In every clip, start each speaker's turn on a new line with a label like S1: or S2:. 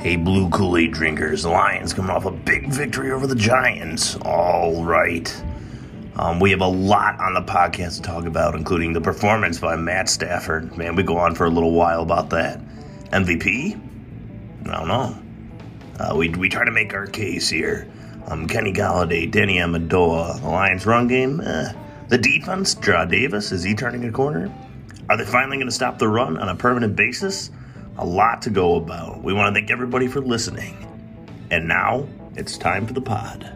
S1: Hey, blue Kool Aid drinkers. The Lions coming off a big victory over the Giants. All right. Um, we have a lot on the podcast to talk about, including the performance by Matt Stafford. Man, we go on for a little while about that. MVP? I don't know. Uh, we, we try to make our case here. Um, Kenny Galladay, Danny Amendola, the Lions' run game, eh. the defense, Jaw Davis, is he turning a corner? Are they finally going to stop the run on a permanent basis? A lot to go about. We want to thank everybody for listening. And now it's time for the pod.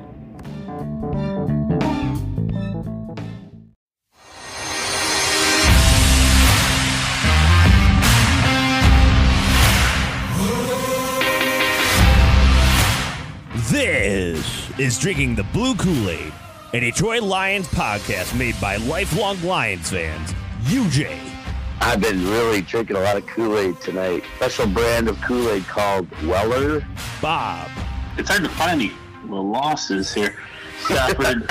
S2: This is Drinking the Blue Kool Aid, a Detroit Lions podcast made by lifelong Lions fans. UJ,
S3: I've been really drinking a lot of Kool-Aid tonight. Special brand of Kool-Aid called Weller.
S2: Bob,
S4: It's hard to find the, the losses here. Stafford,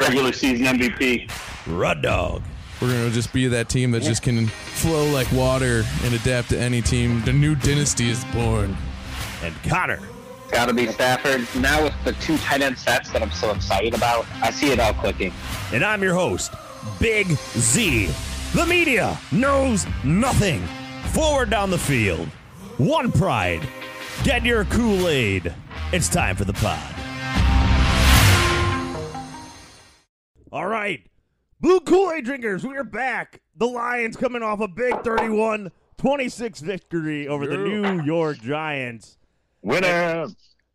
S4: regular season MVP.
S2: Rud Dog,
S5: We're gonna just be that team that just can flow like water and adapt to any team. The new dynasty is born.
S2: and Connor.
S6: It's got to be Stafford. Now with the two tight end sets that I'm so excited about, I see it all clicking.
S2: And I'm your host, Big Z. The media knows nothing. Forward down the field. One pride. Get your Kool Aid. It's time for the pod. All right. Blue Kool Aid drinkers, we are back. The Lions coming off a big 31 26 victory over the New York Giants.
S3: Winner.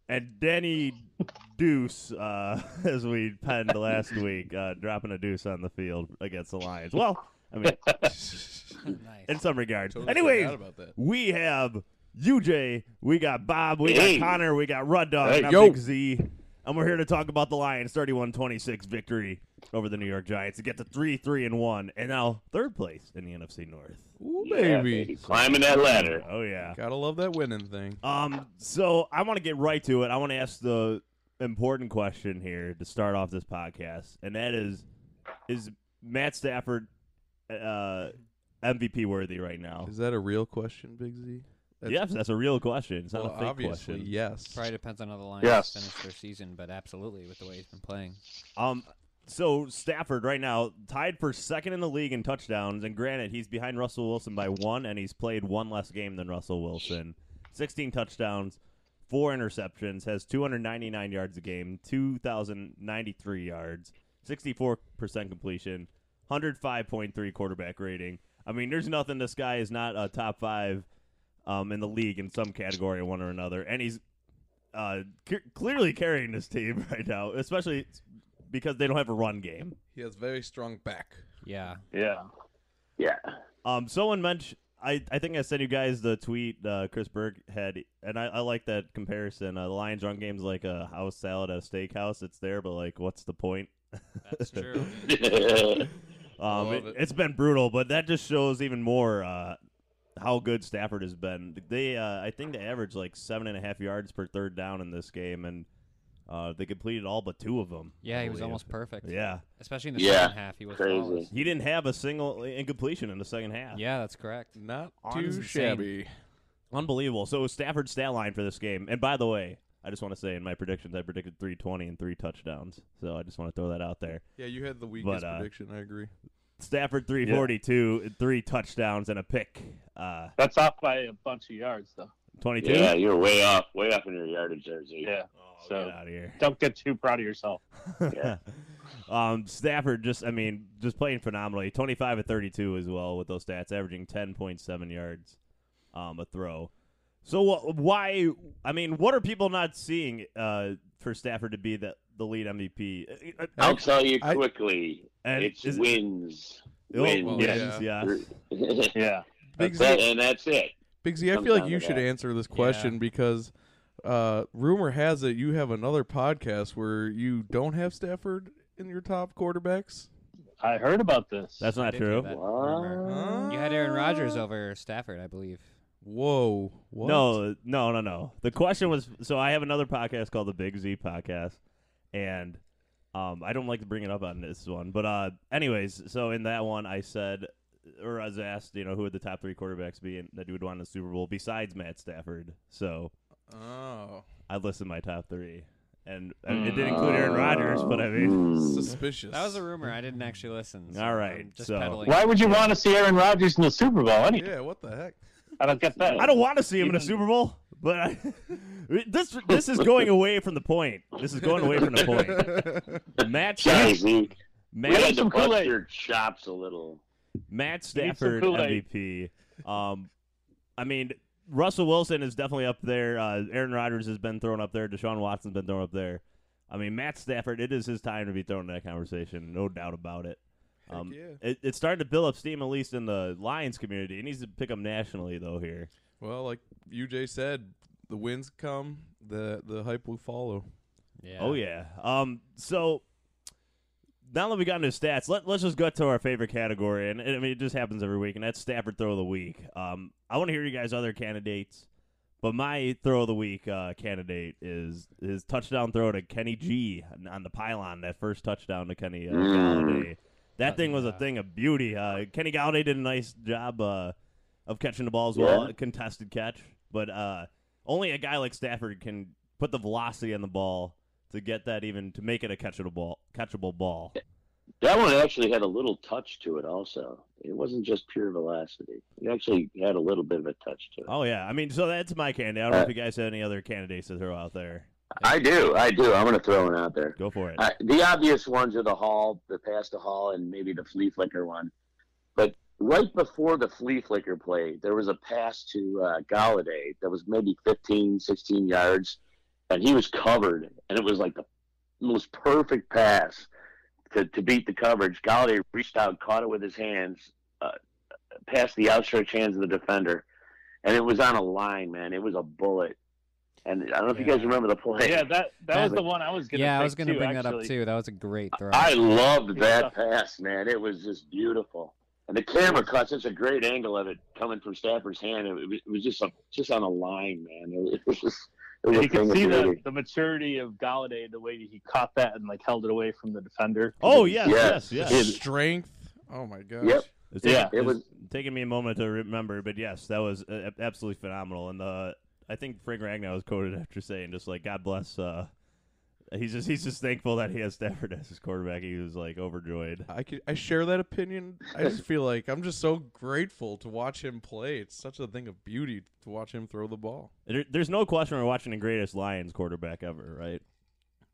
S2: And Danny Deuce, uh, as we penned last week, uh, dropping a deuce on the field against the Lions. Well, I mean, in some regards. Anyways, we have UJ, we got Bob, we
S4: Hey.
S2: got Connor, we got Rud Dog,
S4: Hey,
S2: and I'm
S5: yo.
S2: Big Z. And we're here to talk about the Lions' 31-26 victory over the New York Giants to get to three, three, and one, and now third place in the NFC North.
S5: Ooh,
S4: Yeah,
S5: baby.
S4: Climbing that ladder.
S2: Oh yeah.
S5: Gotta love that winning thing.
S2: Um, so I want to get right to it. I want to ask the important question here to start off this podcast, and that is: Is Matt Stafford uh, MVP worthy right now?
S5: Is that a real question, Big Z? That's-
S2: Yes, that's a real question. It's not
S5: well,
S2: a fake
S5: obviously,
S2: question.
S5: yes.
S7: Probably depends on how the Lions
S3: Yes.
S7: finish their season, but absolutely with the way he's been playing.
S2: Um, so Stafford right now tied for second in the league in touchdowns, and granted, he's behind Russell Wilson by one, and he's played one less game than Russell Wilson. Sixteen touchdowns, four interceptions, has 299 yards a game, 2,093 yards, 64 percent completion, 105.3 quarterback rating. I mean, there's nothing this guy is not a top five um, in the league in some category, one or another, and he's uh, c- clearly carrying this team right now, especially because they don't have a run game.
S5: He has very strong back.
S7: Yeah.
S4: Yeah.
S3: Yeah.
S2: Um, someone mentioned. I, I think I sent you guys the tweet uh, Chris Berg had, and I, I like that comparison. Uh, the Lions run game's like a house salad at a steakhouse. It's there, but like, what's the point?
S7: That's true.
S2: Um,
S5: love
S2: it,
S5: it.
S2: has been brutal, but that just shows even more uh, how good Stafford has been. They, uh, I think, they averaged like seven and a half yards per third down in this game, and uh, they completed all but two of them.
S7: Yeah,
S2: I
S7: he was
S2: believe.
S7: almost perfect.
S2: Yeah,
S7: Especially in the
S3: Yeah.
S7: second half, he was
S3: Crazy.
S7: flawless.
S2: he didn't have a single incompletion in the second half.
S7: Yeah, that's correct.
S5: Not
S7: Arms
S5: too
S7: insane.
S5: shabby.
S2: Unbelievable. So Stafford's stat line for this game. And by the way, I just want to say in my predictions, I predicted 320 and three touchdowns. So I just want to throw that out there.
S5: Yeah, you had the weakest
S2: uh,
S5: prediction. I agree.
S2: Stafford 342, and three touchdowns and a pick. Uh,
S4: That's off by a bunch of yards, though.
S2: 22.
S3: Yeah, you're way off, way off in your yardage there, Z.
S4: Yeah.
S2: Oh, Get
S4: so
S2: out of here.
S4: don't get too proud of yourself.
S3: Yeah.
S2: um, Stafford just, I mean, just playing phenomenally. 25 and 32 as well with those stats, averaging 10.7 yards um, a throw. So wh- why? I mean, what are people not seeing uh, for Stafford to be the the lead MVP? Uh, uh,
S3: I'll tell you
S5: I-
S3: quickly,
S2: and
S3: it's
S2: is- Oh,
S3: wins.
S4: win.
S5: well,
S4: yes.
S2: yeah.
S4: Yeah.
S5: Big
S4: That's
S5: Z,
S4: it, and that's it.
S5: Big Z, I feel like
S4: Sometime
S5: you
S4: it
S5: should
S4: happens.
S5: answer this question because uh, rumor has it you have another podcast where you don't have Stafford in your top quarterbacks.
S8: I heard about this.
S2: That's not
S7: did hear
S2: true.
S7: that rumor.
S5: Huh?
S7: You had Aaron Rodgers over Stafford, I believe.
S5: Whoa! What?
S2: No, no, no, no. The question was so I have another podcast called the Big Z Podcast, and um, I don't like to bring it up on this one, but uh, anyways, so in that one I said, or I was asked, you know, who would the top three quarterbacks be in, that you would want in the Super Bowl besides Matt Stafford. So
S5: Oh,
S2: I listed my top three, and uh, it did include Aaron Rodgers, but I mean,
S5: suspicious.
S7: That was a rumor. I didn't actually listen. so
S2: All right,
S7: I'm just
S2: so-
S7: peddling.
S8: Why would you want to see Aaron Rodgers in the Super Bowl? Any,
S5: Yeah. What the heck?
S8: I don't get that.
S2: I don't want to see him in a Super Bowl, but I, this this is going away from the point. This is going away from the point. Matt
S4: Sorry,
S2: Stafford,
S4: Zeke. You
S2: Matt,
S4: had to
S8: Kool-Aid.
S4: bust your chops a little.
S2: Matt
S8: some
S2: Stafford
S8: Kool-Aid.
S2: MVP. Um, I mean Russell Wilson is definitely up there. Uh, Aaron Rodgers has been thrown up there. Deshaun Watson's been thrown up there. I mean Matt Stafford, it is his time to be thrown in that conversation, no doubt about it. Um,
S5: yeah.
S2: it, it's starting to build up steam, at least in the Lions community. It needs to pick up nationally, though. Here,
S5: Well, like UJ said, the wins come, the the hype will follow.
S7: Yeah.
S2: Oh yeah. Um. So now that we got into stats, let let's just go to our favorite category, and, and I mean it just happens every week, and that's Stafford throw of the week. Um. I want to hear you guys other candidates, but my throw of the week uh, candidate is his touchdown throw to Kenny G on- on the pylon. That first touchdown to Kenny uh, Galladay. That thing was a thing of beauty. Uh, Kenny Galladay did a nice job uh, of catching the ball as well,
S4: Yeah.
S2: a contested catch. But uh, only a guy like Stafford can put the velocity on the ball to get that even to make it a catchable ball. Catchable ball.
S4: That one actually had a little touch to it, also. It wasn't just pure velocity. It actually had a little bit of a touch to it.
S2: Oh yeah, I mean, so that's my candidate. I don't know if you guys have any other candidates to throw out there.
S4: I do. I do. I'm going to throw one out there.
S2: Go for it.
S4: Uh, the obvious ones are the Hall, the pass to Hall, and maybe the flea flicker one. But right before the flea flicker play, there was a pass to uh, Galladay that was maybe 15, 16 yards, and he was covered, and it was like the most perfect pass to, to beat the coverage. Galladay reached out, caught it with his hands, uh, past the outstretched hands of the defender, and it was on a line, man. It was a bullet. And I don't know if you
S7: Yeah.
S4: guys remember the play.
S8: Yeah, that that was the one I was gonna.
S7: Yeah, I
S8: pick
S7: was going to
S8: too,
S7: bring that up
S8: actually.
S7: too. That was a great throw.
S4: I loved
S8: Yeah.
S4: that pass, man. It was just beautiful. And the camera caught such a great angle of it coming from Stafford's hand. It was, it was just a, just on a line, man. It was just. It was a
S8: You
S4: thing
S8: can
S4: of
S8: see the,
S4: beauty.
S8: the maturity of Galladay, the way that he caught that and like held it away from the defender.
S2: oh yes, yes,
S4: yes.
S2: yes.
S4: Yeah.
S5: Strength. Oh my gosh.
S4: Yep.
S2: It's
S8: Yeah,
S2: taking-
S4: it
S2: it's
S4: was-
S2: taking me a moment to remember, but yes, that was uh, ab- absolutely phenomenal. And uh, I think Frank Ragnow was quoted after saying, "Just like God bless." Uh, he's just he's just thankful that he has Stafford as his quarterback. He was like overjoyed.
S5: I could, I share that opinion. I just feel like I'm just so grateful to watch him play. It's such a thing of beauty to watch him throw the ball.
S2: There, there's no question we're watching the greatest Lions quarterback ever, right?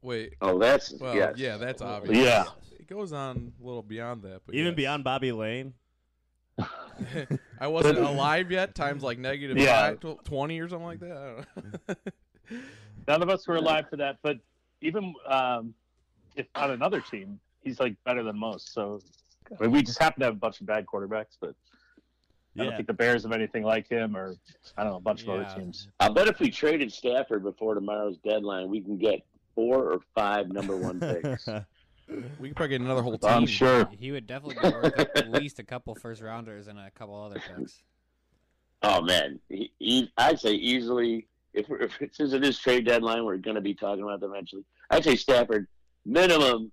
S5: Wait.
S4: Oh, that's
S5: Well,
S4: yes.
S5: yeah, that's obvious.
S8: Yeah,
S5: It goes on a little beyond that, but
S2: Even
S5: yes.
S2: beyond Bobby Lane.
S5: I wasn't alive yet. Times like negative
S8: Yeah.
S5: five, tw- twenty or something like that. I don't know.
S8: none of us were alive for that. But even um, if on another team, he's like better than most. So I mean, we just happen to have a bunch of bad quarterbacks, but I don't
S2: Yeah,
S8: think the Bears have anything like him, or I don't know, a bunch of
S7: Yeah.
S8: other teams.
S4: I bet if we traded Stafford before tomorrow's deadline, we can get four or five number one picks.
S5: we could probably get another whole team.
S8: I'm sure.
S7: He would definitely be worth at least a couple first rounders and a couple other picks.
S4: oh man, he, he, I'd say easily. If, we're, if it's- since it is trade deadline, we're going to be talking about them eventually. I'd say Stafford minimum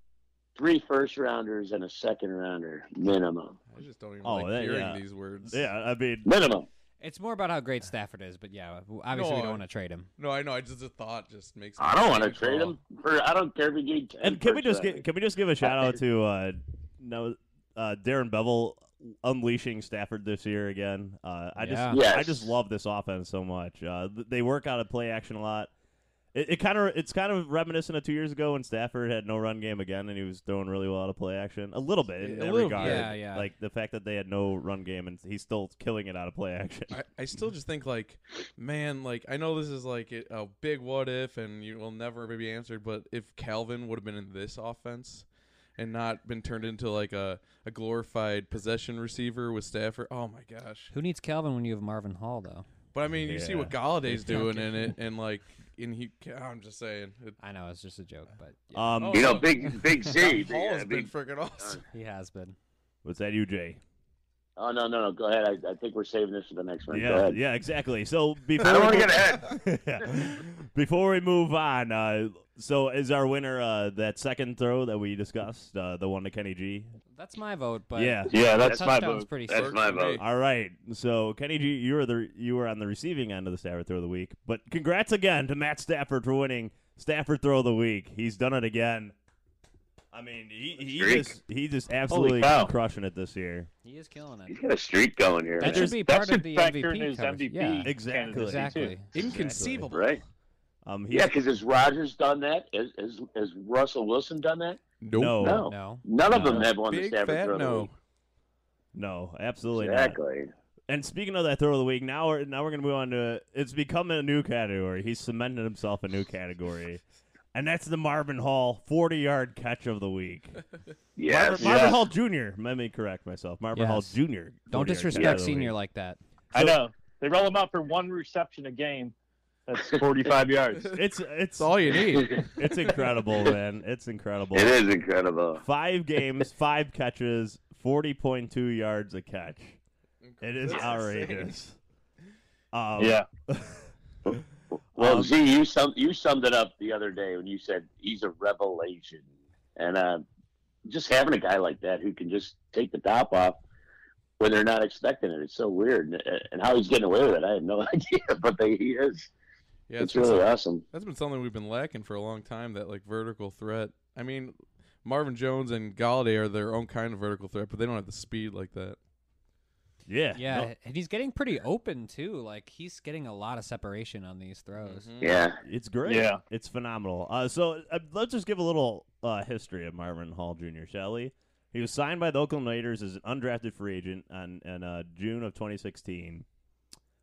S4: three first rounders and a second rounder minimum.
S5: I just don't even
S2: Oh,
S5: like
S2: that-
S5: hearing
S2: yeah.
S5: these words.
S2: yeah. I mean,
S4: Minimum.
S7: It's more about how great Stafford is, but yeah, w- obviously we
S5: No,
S7: don't want to trade him.
S5: No, I know. I just the thought just makes. me
S4: I don't want to
S5: sick.
S4: trade him for. I don't care if you get. 10
S2: and can we
S4: first
S2: just get,
S4: rounders.
S2: can we just give a shout out to uh, no uh, Darren Bevel unleashing Stafford this year again? Uh, I
S7: Yeah.
S2: just
S4: Yes.
S2: I just love this offense so much. Uh, th- they work out of play action a lot. It, it kind of it's kind of reminiscent of two years ago when Stafford had no run game again and he was throwing really well out of play action a little bit in
S5: A
S2: that
S5: little-
S2: regard.
S7: yeah, yeah.
S2: Like the fact that they had no run game and he's still killing it out of play action.
S5: I, I still just think like, man, like I know this is like a a big what if, and you will never be answered. But if Calvin would have been in this offense, and not been turned into like a, a glorified possession receiver with Stafford. Oh my gosh!
S7: Who needs Calvin when you have Marvin Hall though?
S5: But I mean, you see what
S2: Yeah.
S5: Galladay's doing in it, and like, and he. I'm just saying, it,
S7: I know it's just a joke, but yeah,
S2: Um,
S5: Oh.
S4: You know, Big Big Z.
S5: Hall has
S4: I
S5: been
S4: mean-
S5: freaking awesome.
S7: he has been.
S2: what's that, you, Jay?
S4: oh no, no, no. Go ahead. I, I think we're saving this for the next one. Go
S2: Yeah,
S4: ahead.
S2: yeah, exactly. So before
S4: I don't
S2: we
S4: want to
S2: go-
S4: get ahead.
S2: Before we move on, uh, so is our winner uh, that second throw that we discussed, uh, the one to Kenny G?
S7: That's my vote, but
S2: yeah.
S8: Yeah, that's my
S7: touchdown's
S8: vote.
S7: pretty
S4: That's
S7: safe.
S4: my vote.
S2: All right. So Kenny G, you were the you were on the receiving end of the Stafford throw of the week. But congrats again to Matt Stafford for winning Stafford throw of the week. He's done it again. I mean, he, he
S4: Streak.
S2: just he just absolutely
S8: cow.
S2: crushing it this year.
S7: He is killing
S4: He's
S7: it.
S4: got a streak going here, man.
S7: That should be
S8: That
S7: part
S8: should
S7: of the
S8: factor in
S7: MVP
S8: his
S7: covers.
S8: MVP
S7: Yeah,
S2: Exactly.
S8: candidacy, too.
S7: exactly.
S5: Inconceivable.
S4: right?
S2: Um, he's,
S4: Yeah, because has Rogers done that? Has, has, has Russell Wilson done that?
S5: Nope.
S2: Oh, no,
S4: No.
S7: No,
S4: None of
S2: No.
S4: them have won the
S5: Big
S4: Stafford
S5: fat
S4: Throw of the
S5: no.
S4: Week.
S2: no, absolutely not.
S4: Exactly.
S2: And speaking of that throw of the week, now we're now we're gonna move on to it's become a new category. He's cemented himself a new category, and that's the Marvin Hall forty-yard catch of the week.
S4: Yes.
S2: Marvin, Marvin Hall Jr. Let me correct myself. Marvin Hall
S7: Yes.
S2: Jr.
S7: don't
S2: 40-yard catch of
S7: disrespect
S2: the
S7: senior
S2: week.
S7: like that.
S8: I know. They roll him out for one reception a game. That's 45 yards.
S2: It's it's
S5: That's all you need.
S4: it
S2: it's incredible, man. It's incredible.
S4: is incredible.
S2: Five games, five catches, forty point two yards a catch. It is
S5: That's
S2: outrageous. Um,
S8: Yeah.
S4: Well,
S2: Um,
S4: Z, you sum, you summed it up the other day when you said he's a revelation, and uh, just having a guy like that who can just take the top off when they're not expecting it—it's so weird. And, uh, and how he's getting away with it, I have no idea. But they, he is.
S5: Yeah,
S4: it's
S5: been
S4: really
S5: some-
S4: awesome.
S5: That's been something we've been lacking for a long time. That like vertical threat. I mean, Marvin Jones and Galladay are their own kind of vertical threat, but they don't have the speed like that.
S2: yeah,
S7: Yeah,
S2: No,
S7: and he's getting pretty open too. Like he's getting a lot of separation on these throws.
S2: Mm.
S4: Yeah.
S2: It's great.
S8: Yeah.
S2: It's phenomenal. Uh, so uh, let's just give a little uh, history of Marvin Hall Jr., shall we? He was signed by the Oakland Raiders as an undrafted free agent on, in uh, June of 2016.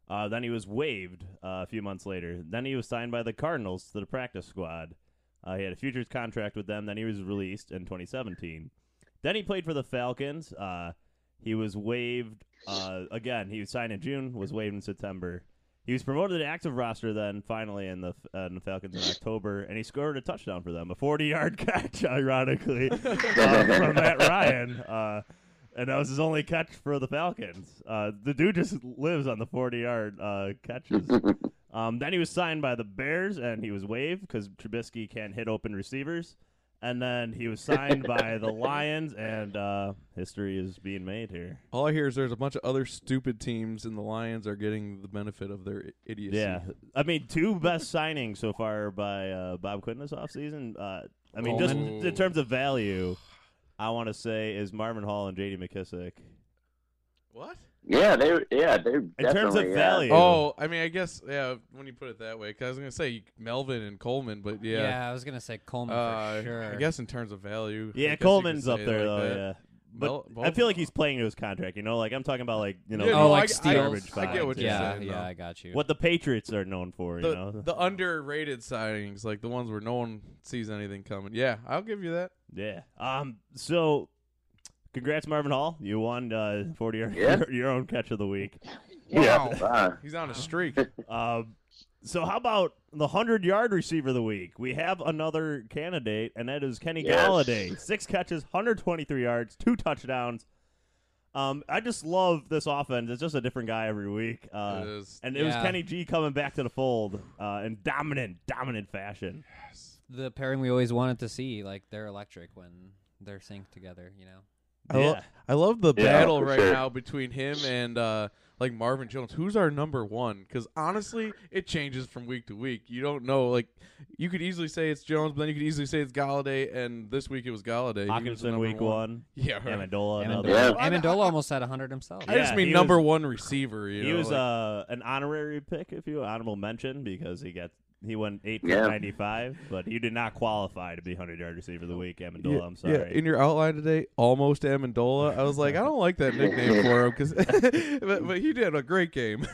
S2: Uh, then he was waived uh, a few months later. Then he was signed by the Cardinals to the practice squad. Uh, he had a futures contract with them. Then he was released in 2017. Then he played for the Falcons. Uh, he was waived uh, again. He was signed in June, was waived in September. He was promoted to active roster then finally in the uh, in the Falcons in October, and he scored a touchdown for them, a 40-yard catch, ironically, uh, from Matt Ryan. Uh, and that was his only catch for the Falcons. Uh, the dude just lives on the 40-yard uh, catches. um, then he was signed by the Bears, and he was waived because Trubisky can't hit open receivers. And then he was signed by the Lions, and uh, history is being made here.
S5: All I hear is there's a bunch of other stupid teams, and the Lions are getting the benefit of their i- idiocy.
S2: Yeah, I mean, two best signings so far by uh, Bob Quinn this offseason. Uh, I mean, just
S5: Coleman.
S2: in terms of value, I want to say is Marvin Hall and J.D. McKissick.
S5: What?
S4: Yeah, they yeah they
S2: In terms of
S4: definitely, uh, yeah.
S2: value,
S5: Oh, I mean, I guess yeah. When you put it that way, 'cause I was gonna say Melvin and Coleman, but yeah,
S7: I was gonna say Coleman
S5: uh,
S7: for sure.
S5: I guess in terms of value. I guess
S2: yeah,
S5: you could
S2: Coleman's up
S5: say it
S2: there
S5: like
S2: though.
S5: that.
S2: Yeah,
S5: Mel-
S2: but I
S5: both-
S2: feel like he's playing to his contract. You know, like I'm talking about like you know,
S5: Yeah,
S7: oh,
S5: no, I- I-
S7: like steals.
S2: I get what you're
S7: yeah,
S5: saying,
S7: Yeah,
S5: though.
S7: I got you.
S2: what the Patriots are known for.
S5: the,
S2: you know,
S5: the underrated signings, like the ones where no one sees anything coming. Yeah, I'll give you that.
S2: Yeah. Um. So, congrats, Marvin Hall. You won uh, forty your,
S4: Yeah.
S2: your own catch of the week.
S8: Yeah.
S4: Wow.
S5: He's on a streak.
S2: Um. So how about the hundred yard receiver of the week? We have another candidate, and that is Kenny
S4: Yes.
S2: Galladay. Six catches, hundred twenty three yards, two touchdowns. Um, I just love this offense. It's just a different guy every week. Uh,
S5: It is.
S2: and it was
S7: Yeah.
S2: Kenny G coming back to the fold uh, in dominant, dominant fashion.
S7: the pairing we always wanted to see. Like they're electric when they're synced together. You know.
S5: I, lo-
S2: Yeah.
S5: I love the
S8: Yeah,
S5: battle
S4: for
S5: right
S4: sure.
S5: now between him and uh, like Marvin Jones. Who's our number one? Because honestly, it changes from week to week. You don't know. Like you could easily say it's Jones, but then you could easily say it's Galladay. And this week it was Galladay. He was the
S2: Hawkinson
S5: number
S2: week one,
S5: Yeah, right.
S2: Amendola another.
S4: Yeah.
S7: Amendola, Amendola almost had 100 himself.
S5: I just
S2: Yeah,
S5: mean
S2: he
S5: number
S2: was-
S5: one receiver. You
S2: he
S5: know,
S2: was
S5: like,
S2: uh, an honorary pick, if you honorable mention, because he got he went eight for
S4: Yeah.
S2: ninety five, but he did not qualify to be hundred yard receiver of the week. Amendola,
S5: yeah,
S2: I'm
S5: yeah,
S2: sorry.
S5: in your outline today, almost Amendola. I was like, I don't like that nickname for him because, but, but he did a great game.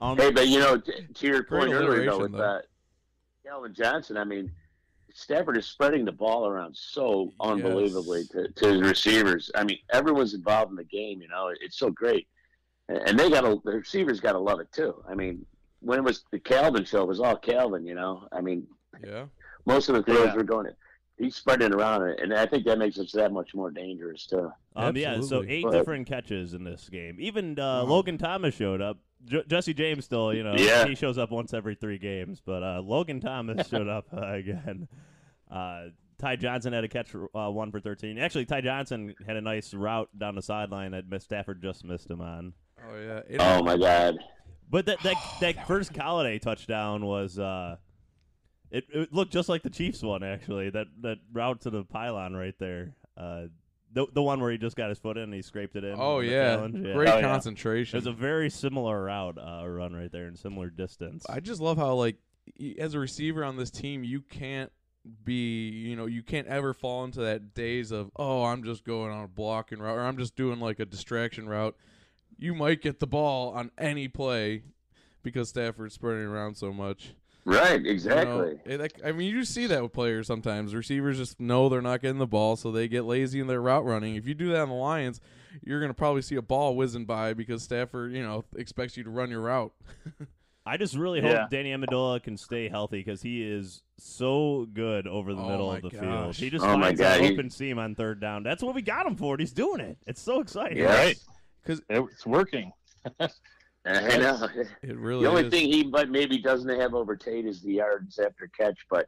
S2: Um,
S4: Hey, but you know, t- to your point earlier though,
S5: alliteration,
S4: with
S5: though.
S4: uh, Calvin Johnson, I mean, Stafford is spreading the ball around so unbelievably
S5: Yes.
S4: to, to his receivers. I mean, everyone's involved in the game. You know, it's so great, and and they got to the receivers got to love it too. I mean, when it was the Calvin show, it was all Calvin. You know, I mean,
S5: Yeah.
S4: most of the throws
S8: Yeah.
S4: were going. He's spreading it around, and I think that makes us that much more dangerous too.
S2: Um, yeah, so
S5: Absolutely.
S2: eight
S4: But-
S2: different catches in this game. Even uh, Logan Thomas showed up. J- Jesse James still, you know,
S4: Yeah.
S2: he shows up once every three games, but uh, Logan Thomas showed up uh, again. Uh, Ty Johnson had a catch uh, one for thirteen. Actually, Ty Johnson had a nice route down the sideline that Miss Stafford just missed him on.
S5: Oh yeah. It-
S4: Oh my God!
S2: But that that,
S5: Oh,
S2: that first Galladay touchdown was uh, it, it looked just like the Chiefs one actually. That that route to the pylon right there. Uh, the the one where he just got his foot in and he scraped it in.
S5: Oh
S2: on the
S5: yeah.
S2: challenge.
S5: Great
S8: Oh, yeah.
S5: concentration.
S2: It was a very similar route uh, run right there and similar distance.
S5: I just love how like y- as a receiver on this team, you can't be you know you can't ever fall into that days of oh I'm just going on a blocking route or I'm just doing like a distraction route. You might get the ball on any play because Stafford's spreading around so much.
S4: Right,
S5: You know,
S4: exactly.
S5: it- like, I mean, you see that with players sometimes. Receivers just know they're not getting the ball, so they get lazy in their route running. If you do that on the Lions, you're gonna probably see a ball whizzing by because Stafford, you know, expects you to run your route.
S2: I just really
S8: Yeah.
S2: hope Danny Amendola can stay healthy because he is so good over the
S5: Oh
S2: middle
S5: my
S2: of the field.
S5: gosh.
S2: He just
S4: Oh my
S2: finds
S4: God,
S2: an
S4: he-
S2: open seam on third down. That's what we got him for, and he's doing it. It's so exciting.
S4: Yeah.
S8: Right.
S5: 'Cause-
S8: it's working.
S4: I know.
S5: It really
S4: The only
S5: is.
S4: thing he might maybe doesn't have over Tate is the yards after catch, but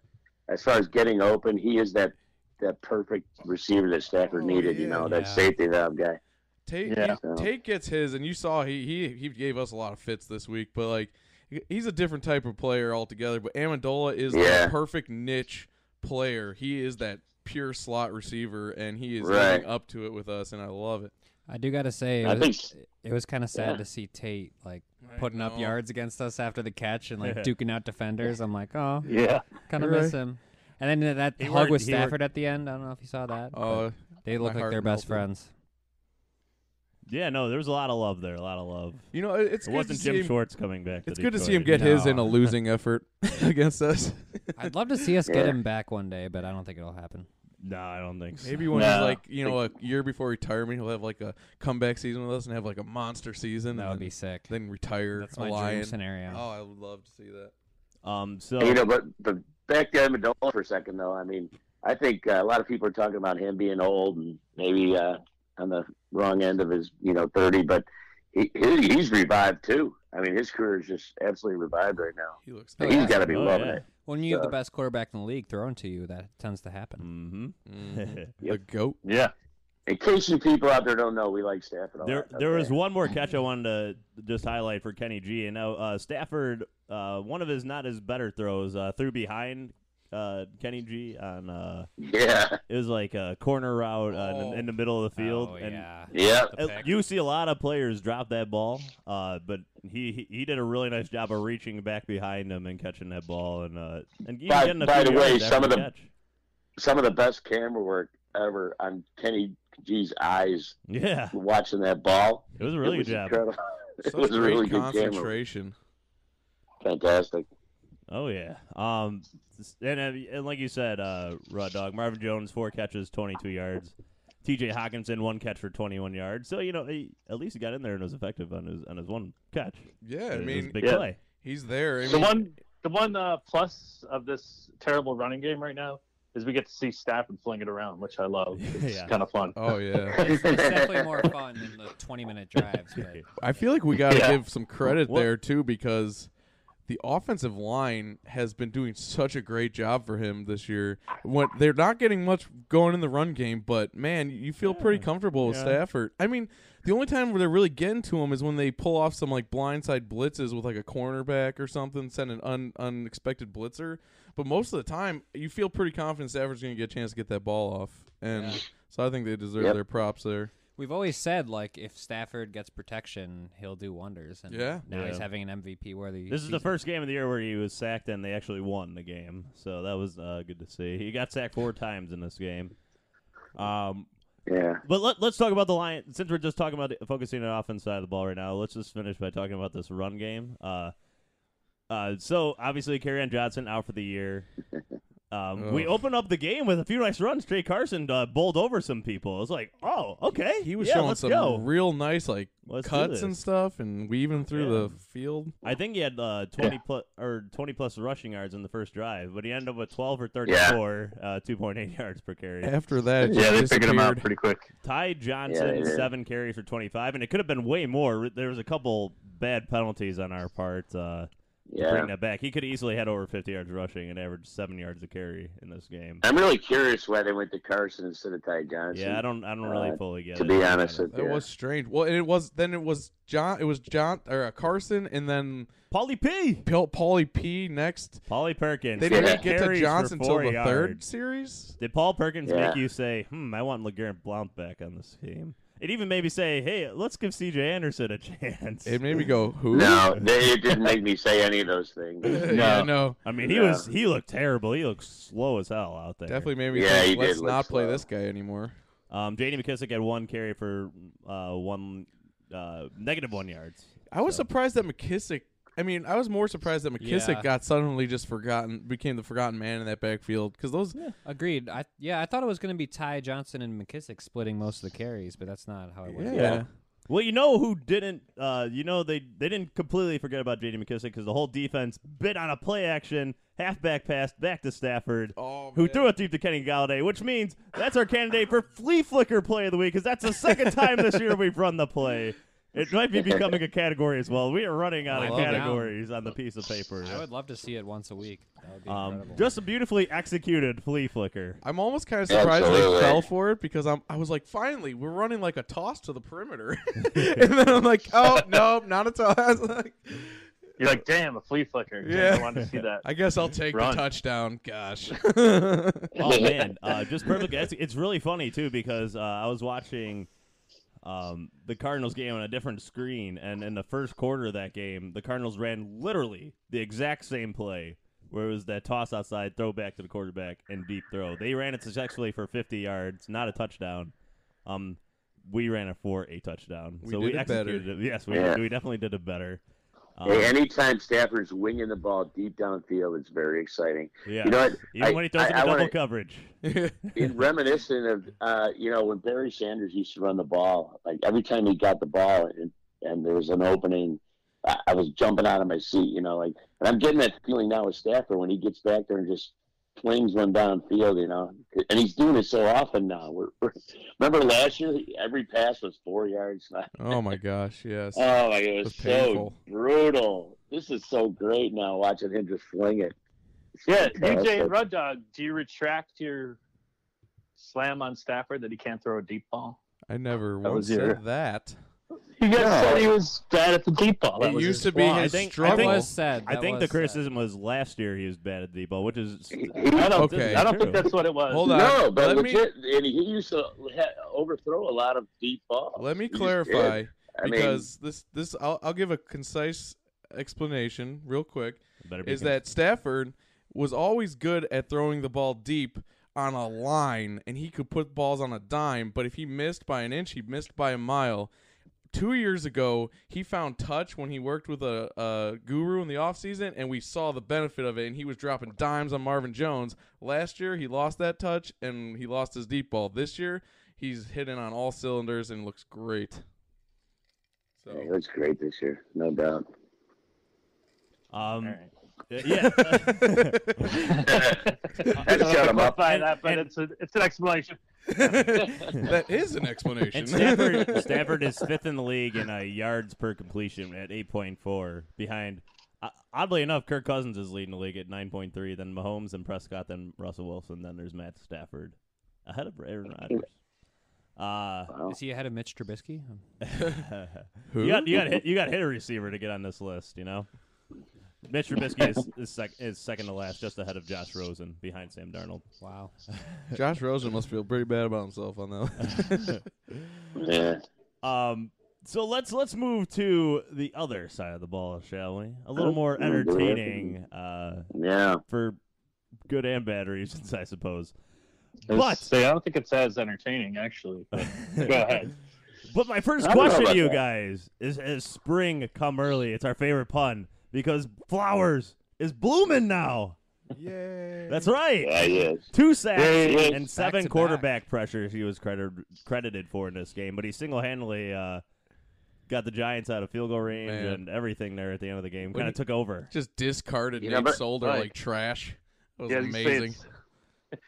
S4: as far as getting open, he is that that perfect receiver that Stafford
S5: Oh,
S4: needed. you
S5: yeah.
S4: know,
S7: Yeah.
S4: that safety valve guy.
S5: Tate,
S8: Yeah.
S5: he- Tate gets his, and you saw he, he he gave us a lot of fits this week, but like he- he's a different type of player altogether. But Amendola is
S4: Yeah.
S5: the perfect niche player. He is that pure slot receiver, and he is
S4: Right.
S5: living up to it with us, and I love it.
S7: I do gotta say, it
S4: I
S7: was,
S4: think-
S7: it was kind of sad
S4: Yeah.
S7: to see Tate like
S5: I
S7: putting up
S5: know.
S7: yards against us after the catch and like duking out defenders. I'm like, oh,
S8: Yeah.
S7: kind of
S5: You're
S7: miss him. And then that
S2: He
S7: hug
S2: worked-
S7: with
S2: he worked-
S7: Stafford at the end. I don't know if you saw that.
S5: Oh,
S7: but they look
S5: my
S7: like they're
S5: heart melted.
S7: best friends.
S2: Yeah, no, there's a lot of love there. A lot of love.
S5: you know it- it's
S2: It
S5: good to
S2: wasn't
S5: see
S2: Jim
S5: him.
S2: Schwartz coming back.
S5: It's
S2: to
S5: good to see him
S2: Detroit.
S5: get his in a
S7: No.
S5: losing effort against us.
S7: I'd love to see us
S4: Yeah.
S7: get him back one day, but I don't think it'll happen.
S2: No, I don't think so.
S5: Maybe when he's
S8: No.
S5: like you know a year before retirement, he'll have like a comeback season with us and have like a monster season.
S7: That
S5: and
S7: would
S5: then-
S7: be sick.
S5: Then retire.
S7: That's
S5: a
S7: my
S5: lion.
S7: dream scenario.
S5: Oh, I would love to see that.
S2: Um, so
S4: You know, but but back to Amendola for a second though. I mean, I think uh, a lot of people are talking about him being old and maybe uh, on the wrong end of his you know thirty, but he, he he's revived too. I mean, his career is just absolutely revived right now.
S5: He looks.
S7: Oh,
S4: He's
S7: yeah.
S4: got to be
S2: Oh,
S4: loving
S2: yeah.
S4: it.
S7: When you have the
S4: Uh,
S7: best quarterback in the league thrown to you, that tends to happen.
S2: hmm
S5: Mhm.
S4: Yep.
S5: The goat.
S8: Yeah.
S4: In case you people out there don't know, we like Stafford. a
S2: There,
S4: lot,
S2: there
S4: okay?
S2: was one more catch I wanted to just highlight for Kenny G. And now uh, Stafford, uh, one of his not his better throws, uh, threw behind uh, Kenny G on uh,
S4: Yeah,
S2: it was like a corner route uh, in,
S5: Oh.
S2: the- in the middle of the field,
S7: Oh,
S2: and
S7: yeah.
S4: yeah.
S7: The
S2: uh,
S7: pick.
S2: you see a lot of players drop that ball. Uh, but he, he he did a really nice job of reaching back behind him and catching that ball, and uh, and even
S4: By-
S2: getting a
S4: by
S2: few
S4: the way,
S2: yards after
S4: some of the-
S2: catch.
S4: some of the best camera work ever on Kenny G's eyes
S2: yeah,
S4: watching that ball.
S2: it was a really
S4: it was
S2: good job.
S4: Incredible. It
S5: Such
S4: was a
S5: great
S4: really good camera. work.
S5: concentration.
S4: Fantastic.
S2: Oh yeah. Um, s- and uh, and like you said, uh, Rod Dog Marvin Jones four catches, twenty two yards. T.J. Hawkinson one catch for twenty one yards. So you know, he, at least he got in there and was effective on his on his one catch.
S5: Yeah,
S2: It
S5: I
S2: was a
S5: mean,
S2: big
S8: yeah.
S2: play.
S5: he's there. I
S8: The
S5: mean,
S8: one, the one uh, plus of this terrible running game right now is we get to see Stafford fling it around, which I love. It's
S2: Yeah.
S8: kind of fun.
S5: Oh yeah,
S7: It's, it's definitely more fun than the 20 minute drives. But
S5: I feel like we got to
S8: Yeah.
S5: give some credit
S2: What-
S5: there too because the offensive line has been doing such a great job for him this year. When they're not getting much going in the run game, but man, you feel pretty comfortable with
S2: Yeah.
S5: Stafford. I mean, the only time where they're really getting to him is when they pull off some like blindside blitzes with like a cornerback or something, send an un- unexpected blitzer. But most of the time, you feel pretty confident Stafford's going to get a chance to get that ball off, and
S7: Yeah.
S5: so I think they deserve
S4: Yep.
S5: their props there.
S7: we've always said, like, if Stafford gets protection, he'll do wonders. And
S5: Yeah.
S7: now he's
S2: Yeah.
S7: having an MVP worthy.
S2: This is the
S7: season.
S2: first game of the year where he was sacked and they actually won the game. So that was uh, good to see. He got sacked four times in this game. Um,
S4: Yeah.
S2: But let, let's talk about the Lions. Since we're just talking about the, focusing on the offense side of the ball right now, let's just finish by talking about this run game. Uh, uh, so obviously, Carrion Johnson out for the year. Um, We
S5: Ugh.
S2: opened up the game with a few nice runs. Trey Carson uh, bowled over some people. It was like, oh, okay.
S5: He was
S2: yeah,
S5: showing
S2: let's
S5: some
S2: go.
S5: real nice like
S2: Let's do
S5: cuts and
S2: this.
S5: stuff, and weaving through the field.
S2: I think he had uh, 20 plus or 20 plus rushing yards in the first drive, but he ended up with 12 or 34, uh, 2.8 yards per carry.
S5: After that, it
S6: Yeah,
S5: just
S6: they figured him out
S5: disappeared.
S6: pretty quick.
S2: Ty Johnson,
S4: Yeah, yeah.
S2: seven carries for 25, and it could have been way more. There was a couple bad penalties on our part. Uh,
S4: Yeah.
S2: Bringing that back, he could have easily had over 50 yards rushing and averaged seven yards a carry in this game.
S4: I'm really curious why they went to Carson instead of Ty Johnson.
S2: Yeah, I don't, I don't really
S4: Uh,
S2: fully get
S4: To
S2: it.
S4: be honest with
S5: That
S4: you,
S5: was strange. Well, and it was then it was John. It was John or uh, Carson, and then
S2: Pauly P,
S5: Pil- Paulie P next.
S2: Pauly Perkins.
S5: They
S2: seven
S5: didn't get to
S2: carries for
S5: Johnson till
S2: four
S5: the
S2: yards.
S5: third series.
S2: Did Paul Perkins
S4: Yeah.
S2: make you say, "Hmm, I want LeGarrette Blount back on this team"? It even made me say, "Hey, let's give C.J. Anderson a chance."
S5: It made me go, who?
S4: no, they, it didn't make me say any of those things.
S5: no, yeah, no.
S2: I mean, he
S4: Yeah.
S2: was he looked terrible. He looked slow as hell out there.
S5: Definitely made me
S4: Yeah, he
S5: think,
S4: did
S5: let's
S4: look
S5: not play
S4: slow.
S5: this guy anymore.
S2: Um, J.D. McKissick had one carry for uh, one uh, negative one yards.
S5: I was
S2: So-
S5: surprised that McKissick. I mean, I was more surprised that McKissick
S7: Yeah.
S5: got suddenly just forgotten, became the forgotten man in that backfield because those.
S7: Agreed. I yeah, I thought it was going to be Ty Johnson and McKissick splitting most of the carries, but that's not how it went.
S5: Yeah.
S2: Well, you know who didn't? Uh, you know they they didn't completely forget about J.D. McKissick because the whole defense bit on a play action halfback pass back to Stafford.
S5: Oh,
S2: who threw it deep to Kenny Galladay, which means that's our candidate for flea flicker play of the week because that's the second time this year we've run the play. It might be becoming a category as well. We are running out of
S7: Wow.
S2: categories on the piece of paper.
S7: I would love to see it once a week. That would be
S2: Um,
S7: incredible.
S2: just a beautifully executed flea flicker.
S5: I'm almost kind of surprised
S4: Absolutely.
S5: they fell for it because I'm, I was like, finally, we're running like a toss to the perimeter. and then I'm like, oh, nope, not a toss. Like,
S8: You're like, damn, a flea flicker.
S5: Yeah.
S8: I wanted to see that.
S5: I guess I'll take
S8: Run.
S5: the touchdown. Gosh.
S2: Oh man, uh, just perfect. It's, it's really funny too because uh, I was watching um, the Cardinals game on a different screen, and in the first quarter of that game, the Cardinals ran literally the exact same play, where it was that toss outside, throw back to the quarterback, and deep throw. They ran it successfully for 50 yards, not a touchdown. Um, we ran it for a touchdown,
S5: We
S2: so
S5: did
S2: we
S5: it better.
S2: executed it. Yes, we,
S4: Yeah.
S2: we definitely did it better. Um,
S4: hey, anytime Stafford's winging the ball deep downfield, it's very exciting.
S2: yeah.
S4: You know what?
S2: Even
S4: I-
S2: when he throws
S4: I-
S2: in
S4: I
S2: double
S4: wanna-
S2: coverage.
S4: It's reminiscent of uh, you know when Barry Sanders used to run the ball. Like every time he got the ball and, and there was an opening, I, I was jumping out of my seat. You know, like and I'm getting that feeling now with Stafford when he gets back there and just flings one downfield. You know, and he's doing it so often now. We're, we're, remember last year, every pass was four yards.
S5: oh, my gosh. Yes.
S4: Oh my god, it was,
S5: was
S4: so
S5: painful.
S4: brutal. This is so great now watching him just fling it.
S8: Yeah,
S4: Fantastic.
S8: DJ and Rud Dog, do you retract your slam on Stafford that he can't throw a deep ball?
S5: I never
S6: That
S5: once
S6: was your-
S5: said that.
S8: You guys
S4: No.
S8: said he was bad at the deep ball. Oh, That
S5: It
S8: was
S5: used
S8: his
S5: to be
S8: flaw.
S5: his
S2: I think- I
S7: that
S5: struggle.
S7: was said.
S2: I
S7: that
S2: think
S7: was uh,
S2: the
S7: said.
S2: criticism was last year he was bad at the ball, which is uh,
S8: I don't,
S5: Okay.
S8: I don't
S2: True.
S8: think that's what it was.
S5: Hold on.
S4: No, but
S5: Let me-
S4: legit, and he used to ha- overthrow a lot of deep balls.
S5: Let me
S4: He just
S5: clarify
S4: did. I mean,
S5: because this this I'll, I'll give a concise explanation real quick.
S2: better be
S5: Is that Stafford was always good at throwing the ball deep on a line, and he could put balls on a dime. But if he missed by an inch, he missed by a mile. Two years ago, he found touch when he worked with a, a guru in the offseason, and we saw the benefit of it. And he was dropping dimes on Marvin Jones. Last year, he lost that touch, and he lost his deep ball. This year, he's hitting on all cylinders and looks great. So
S4: It was great this year, no doubt.
S2: Um,
S8: All right.
S2: Yeah.
S4: I just shut him up.
S8: Clarify
S2: And-
S8: that, but
S2: and-
S8: it's, a, it's an explanation.
S5: that is an explanation.
S2: and Stafford, Stafford is fifth in the league in uh, yards per completion at 8.4, behind, uh, oddly enough, Kirk Cousins is leading the league at 9.3, then Mahomes and Prescott, then Russell Wilson, then there's Matt Stafford ahead of Aaron Rodgers. Uh,
S4: Wow.
S7: Is he ahead of Mitch Trubisky?
S5: Who?
S2: You got you got hit, you got to hit a receiver to get on this list, you know. Mitch Trubisky is is, sec- is second to last, just ahead of Josh Rosen, behind Sam Darnold.
S7: Wow.
S5: Josh Rosen must feel pretty bad about himself on that.
S4: Yeah.
S2: Um, so let's let's move to the other side of the ball, shall we? A little more entertaining uh,
S4: Yeah.
S2: for good and bad reasons, I suppose.
S8: But
S2: But
S8: say, I don't think it's as entertaining, actually. But go ahead.
S2: but my first
S4: I don't know
S2: question to
S4: about
S2: you
S4: that.
S2: guys is: Has spring come early? It's our favorite pun because flowers is blooming now.
S5: Yay.
S2: That's right.
S4: Yeah, he is.
S2: Two sacks
S4: Yeah, yeah, yeah.
S2: and seven
S5: Back-to-back.
S2: quarterback pressures he was credited credited for in this game, but he single handedly uh, got the Giants out of field goal range
S5: Man.
S2: and everything there at the end of the game.
S5: When
S2: Kind
S5: he-
S2: of took over.
S5: just discarded
S4: You
S5: Nate
S4: never-
S5: Solder
S8: right.
S5: like trash. That was
S8: Yeah, you say
S5: amazing.
S8: it's-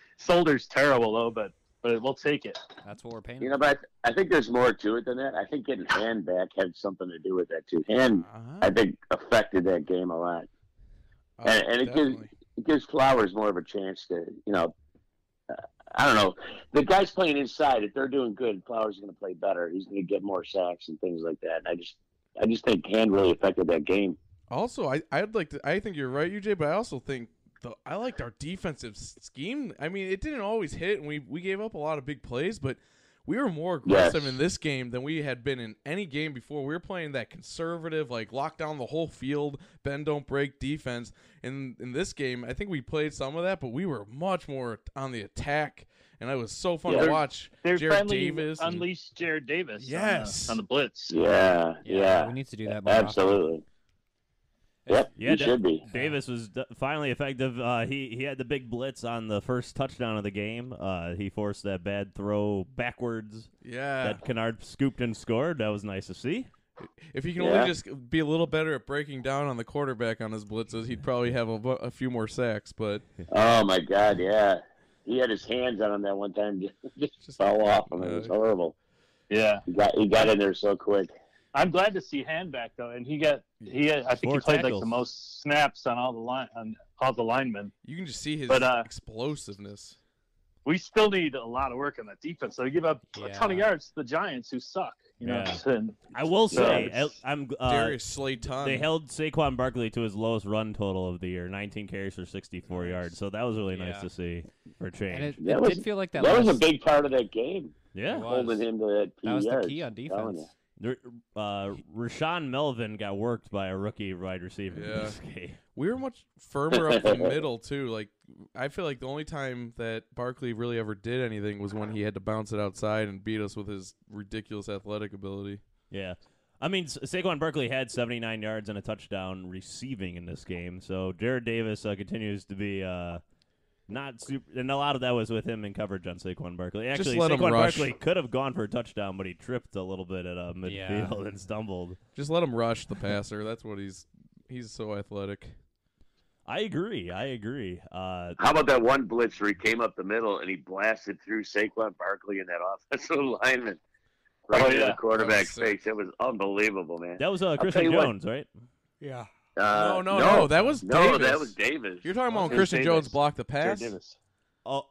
S8: Solder's terrible though, but but we'll take it.
S7: That's what we're paying.
S4: You know, but I think there's more to it than that. I think getting Hand back had something to do with that too. Hand,
S5: Uh-huh.
S4: I think, affected that game a lot.
S5: Oh,
S4: and- and it gives-
S5: definitely.
S4: It gives Flowers more of a chance to, you know, uh, I don't know. The guys playing inside, if they're doing good, Flowers is going to play better. He's going to get more sacks and things like that. And I just, I just think Hand really affected that game.
S5: Also, I I'd like to. I think you're right, UJ, but I also think the I liked our defensive s- scheme. I mean, it didn't always hit, and we we gave up a lot of big plays, but we were more aggressive
S4: Yes.
S5: in this game than we had been in any game before. We were playing that conservative, like lock down the whole field, bend don't break defense. And in this game, I think we played some of that, but we were much more on the attack, and it was so fun
S8: Yeah.
S5: to watch.
S8: They're
S5: Jared
S8: finally
S5: Davis and-
S8: unleashed Jared Davis. on the-
S5: Yes.
S8: on the, blitz.
S4: Yeah, yeah,
S7: we need to do that. More often.
S4: absolutely. Yep,
S2: Yeah,
S4: you
S2: that-
S4: should be.
S2: Davis was d- finally effective. Uh, he he had the big blitz on the first touchdown of the game. Uh, he forced that bad throw backwards
S5: Yeah,
S2: that Kennard scooped and scored. That was nice to see.
S5: If he can
S4: Yeah.
S5: only just be a little better at breaking down on the quarterback on his blitzes, he'd probably have a, bu- a few more sacks. But
S4: Oh my God, yeah. He had his hands on him that one time, just,
S5: Just-
S4: just fell off him. It was
S5: Uh,
S4: horrible.
S8: Yeah,
S4: He got he got in there so quick.
S8: I'm glad to see Hand back though, and he got he. had- I think
S2: Four
S8: he played
S2: tackles.
S8: like the most snaps on all the line on all the linemen.
S5: you can just see his
S8: But, uh,
S5: explosiveness.
S8: We still need a lot of work on that defense. So we give up a ton of
S7: Yeah.
S8: yards to the Giants, who suck. You know,
S2: Yeah.
S8: and
S2: I will say,
S8: Yeah.
S2: I, am uh,
S5: Darius Slayton.
S2: they held Saquon Barkley to his lowest run total of the year, 19 carries for 64 yards. So that was really nice
S7: Yeah.
S2: to see for a change.
S7: And it,
S4: That
S7: it
S4: was-
S7: did feel like that.
S4: That was a
S7: last-
S4: big part of that game,
S2: yeah.
S7: It was.
S4: holding him to that E two
S7: That was the
S4: yards,
S7: key on
S4: I'm telling
S7: defense.
S2: There- Uh, Rashawn Melvin got worked by a rookie wide receiver. in
S5: Yeah.
S2: this game.
S5: we were much firmer up the middle too. Like I feel like the only time that Barkley really ever did anything was when he had to bounce it outside and beat us with his ridiculous athletic ability.
S2: Yeah. I mean, Sa- Saquon Barkley had 79 yards and a touchdown receiving in this game. So Jared Davis uh, continues to be uh, not super. And a lot of that was with him in coverage on Saquon Barkley.
S5: Just
S2: Actually,
S5: let him
S2: Saquon
S5: rush.
S2: Barkley could have gone for a touchdown, but he tripped a little bit at uh, midfield
S7: Yeah.
S2: and stumbled.
S5: Just let him rush the passer. That's what he's. He's so athletic.
S2: I agree. I agree. Uh,
S4: How about that one blitz where he came up the middle and he blasted through Saquon Barkley and that offensive lineman right
S8: Oh,
S4: into
S8: yeah.
S4: the quarterback's
S5: That was sick.
S4: face? It was unbelievable, man.
S2: that was uh,
S4: tell
S2: Christian
S4: you what.
S2: Jones, right?
S5: Yeah.
S4: Uh,
S5: no, no, no, That was
S4: no,
S5: Davis.
S4: that was Davis.
S5: You're talking about when
S8: It was
S5: Christian
S8: Davis.
S5: Jones blocked the
S8: Jared
S5: pass.
S8: Davis.
S2: Oh,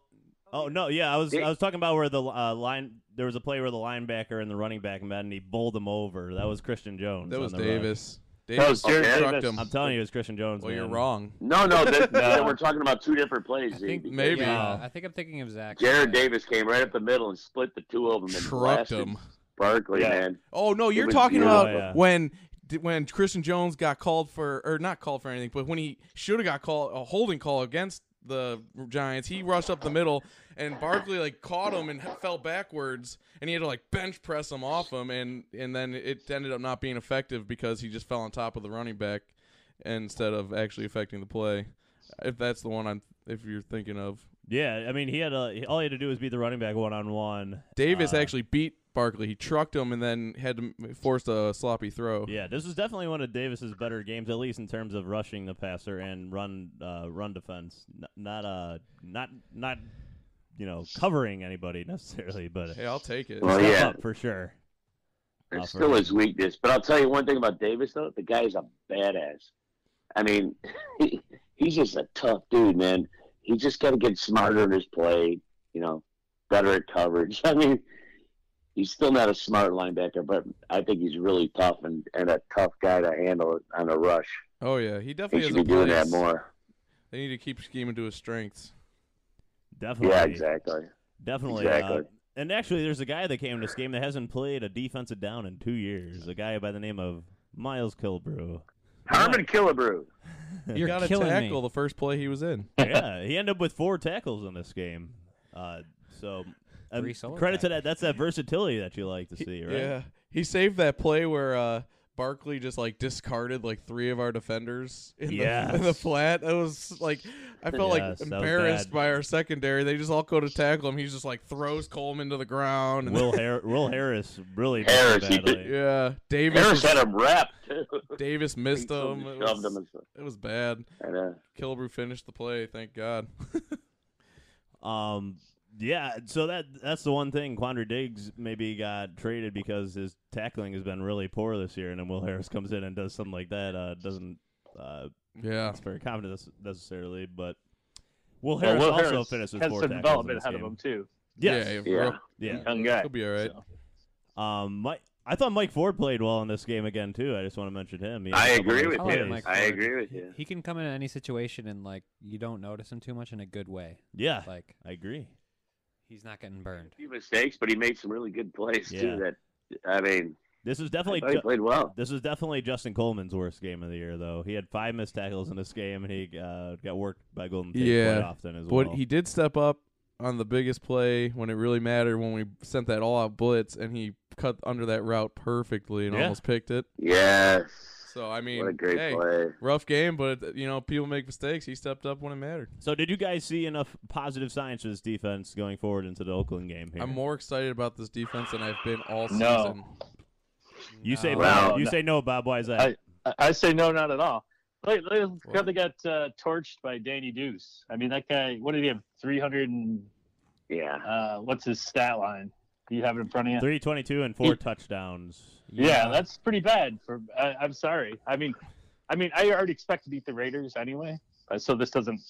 S2: oh no, yeah. I was
S4: They-
S2: I was talking about where the uh, line. There was a play where the linebacker and the running back met, and he bowled him over. That was Christian Jones.
S5: That
S2: on
S5: was
S2: the run.
S5: Davis. Davis
S8: That was Jared
S5: trucked
S8: Davis.
S5: him.
S2: I'm telling you, it was Christian Jones.
S5: Well, you're
S2: man.
S5: wrong.
S4: No, no, that,
S8: No.
S4: that we're talking about two different plays.
S7: I
S4: Z,
S7: think
S4: because
S5: Maybe.
S7: Yeah,
S2: Yeah.
S7: I think I'm thinking of Zach.
S4: Jared
S7: Yeah.
S4: Davis came right up the middle and split the two of them and
S5: Trucked
S4: blasted
S5: him.
S4: Barkley,
S8: Yeah.
S4: man.
S5: Oh no, you're
S4: was
S5: talking
S4: beautiful.
S5: about
S2: Oh, yeah.
S5: when when Christian Jones got called for or not called for anything, but when he should have got called a holding call against the Giants, he rushed up the middle and Barkley like caught him and fell backwards, and he had to like bench press him off him, and and then it ended up not being effective because he just fell on top of the running back instead of actually affecting the play. If that's the one I'm if you're thinking of,
S2: Yeah, I mean, he had a, all he had to do was beat the running back one on one.
S5: Davis
S2: Uh,
S5: actually beat Barkley. He trucked him and then had to force a sloppy throw.
S2: Yeah, this was definitely one of Davis's better games, at least in terms of rushing the passer and run uh, run defense. N- not uh, not not you know covering anybody necessarily, but
S5: Hey, I'll take it.
S4: Well,
S2: step
S4: Oh, yeah.
S2: up for sure.
S4: It's
S2: Offer.
S4: still his weakness. But I'll tell you one thing about Davis, though. The guy is a badass. I mean, he, he's just a tough dude, man. He just got to get smarter in his play, you know, better at coverage. I mean, he's still not a smart linebacker, but I think he's really tough and, and a tough guy to handle on a rush.
S5: Oh yeah, he
S4: He
S5: definitely
S4: should
S5: has
S4: be
S5: a
S4: doing that
S5: place.
S4: more.
S5: They need to keep scheming to his strengths.
S2: Definitely,
S4: Yeah, exactly.
S2: definitely.
S4: Exactly.
S2: Uh, and actually, there's a guy that came in this game that hasn't played a defensive down in two years. A guy by the name of Miles Kilbrew.
S4: Harmon Killebrew.
S5: he
S7: You're
S5: got
S7: killing
S5: a tackle
S7: me.
S5: the first play he was in.
S2: yeah, he ended up with four tackles in this game. Uh, so um,
S7: Three solo
S2: credit to that. That's that versatility that you like to see, right?
S5: Yeah, he saved that play where uh, Barkley just like discarded like three of our defenders in, the, in the
S2: Yes.
S5: flat. That was like I
S2: Yes,
S5: felt like
S2: that was
S5: embarrassed
S2: bad.
S5: by our secondary. They just all go to tackle him. He just like throws Coleman to the ground. And
S2: Will, Har- Will Harris really
S4: Harris,
S2: did
S4: he
S2: badly.
S5: yeah, Davis
S4: Harris had him wrapped too.
S5: Davis missed
S4: He
S5: him. It
S4: shoved him
S5: was,
S4: and stuff.
S5: it was bad.
S4: And, uh,
S5: Kilbrew finished the play. Thank God.
S2: Um, yeah, so that that's the one thing. Quandre Diggs maybe got traded because his tackling has been really poor this year, and then Will Harris comes in and does something like that. Uh, doesn't uh,
S5: yeah.
S2: it's very confident nec- necessarily, but Will
S8: Well,
S2: Harris
S8: Will
S2: also
S8: Harris
S2: finished with
S8: has
S2: four
S8: some
S2: tackles in
S8: development
S2: this
S8: ahead
S2: game.
S8: of him too.
S2: Yes,
S5: Yeah.
S4: yeah.
S2: yeah.
S8: Young guy.
S5: He'll be all right.
S8: So,
S2: Um, Mike, I thought Mike Ford played well in this game again too. I just want to mention him. He had
S4: I
S2: a couple
S4: agree
S2: nice
S4: with
S7: I
S2: plays.
S7: like
S4: you.
S7: Mike
S4: I
S7: Ford.
S4: agree with
S7: He-
S4: you.
S7: He can come into any situation and like you don't notice him too much in a good way.
S2: Yeah,
S7: Like
S2: I agree.
S7: he's not getting burned.
S4: A few mistakes, but he made some really good plays
S2: Yeah.
S4: too. That I mean,
S2: This is
S4: I
S2: definitely
S4: thought he
S2: ju-
S4: played well.
S2: This was definitely Justin Coleman's worst game of the year, though. He had five missed tackles in this game, and he uh, got worked by Golden Tate
S5: Yeah.
S2: quite often as
S5: But
S2: well.
S5: he did step up on the biggest play when it really mattered when we sent that all out blitz and he cut under that route perfectly and
S2: Yeah.
S5: almost picked it.
S4: Yes.
S5: So I mean,
S4: what a great
S5: hey,
S4: play.
S5: rough game, but you know people make mistakes. He stepped up when it mattered.
S2: so, did you guys see enough positive signs for this defense going forward into the Oakland game here?
S5: I'm more excited about this defense than I've been all season.
S8: No.
S2: you say
S7: No.
S2: Bob,
S8: Wow.
S2: you say no, Bob. Why is that?
S8: I- I, I say no, not at all. Like, like, look how they got uh, torched by Danny Deuce. I mean, that guy. What did he have? Three hundred and
S4: Yeah.
S8: uh, what's his stat line? Do you have it in front of you?
S2: Three twenty-two and four touchdowns.
S8: Yeah, that's pretty bad. For I, I'm sorry. I mean, I mean, I already expect to beat the Raiders anyway, uh, so this doesn't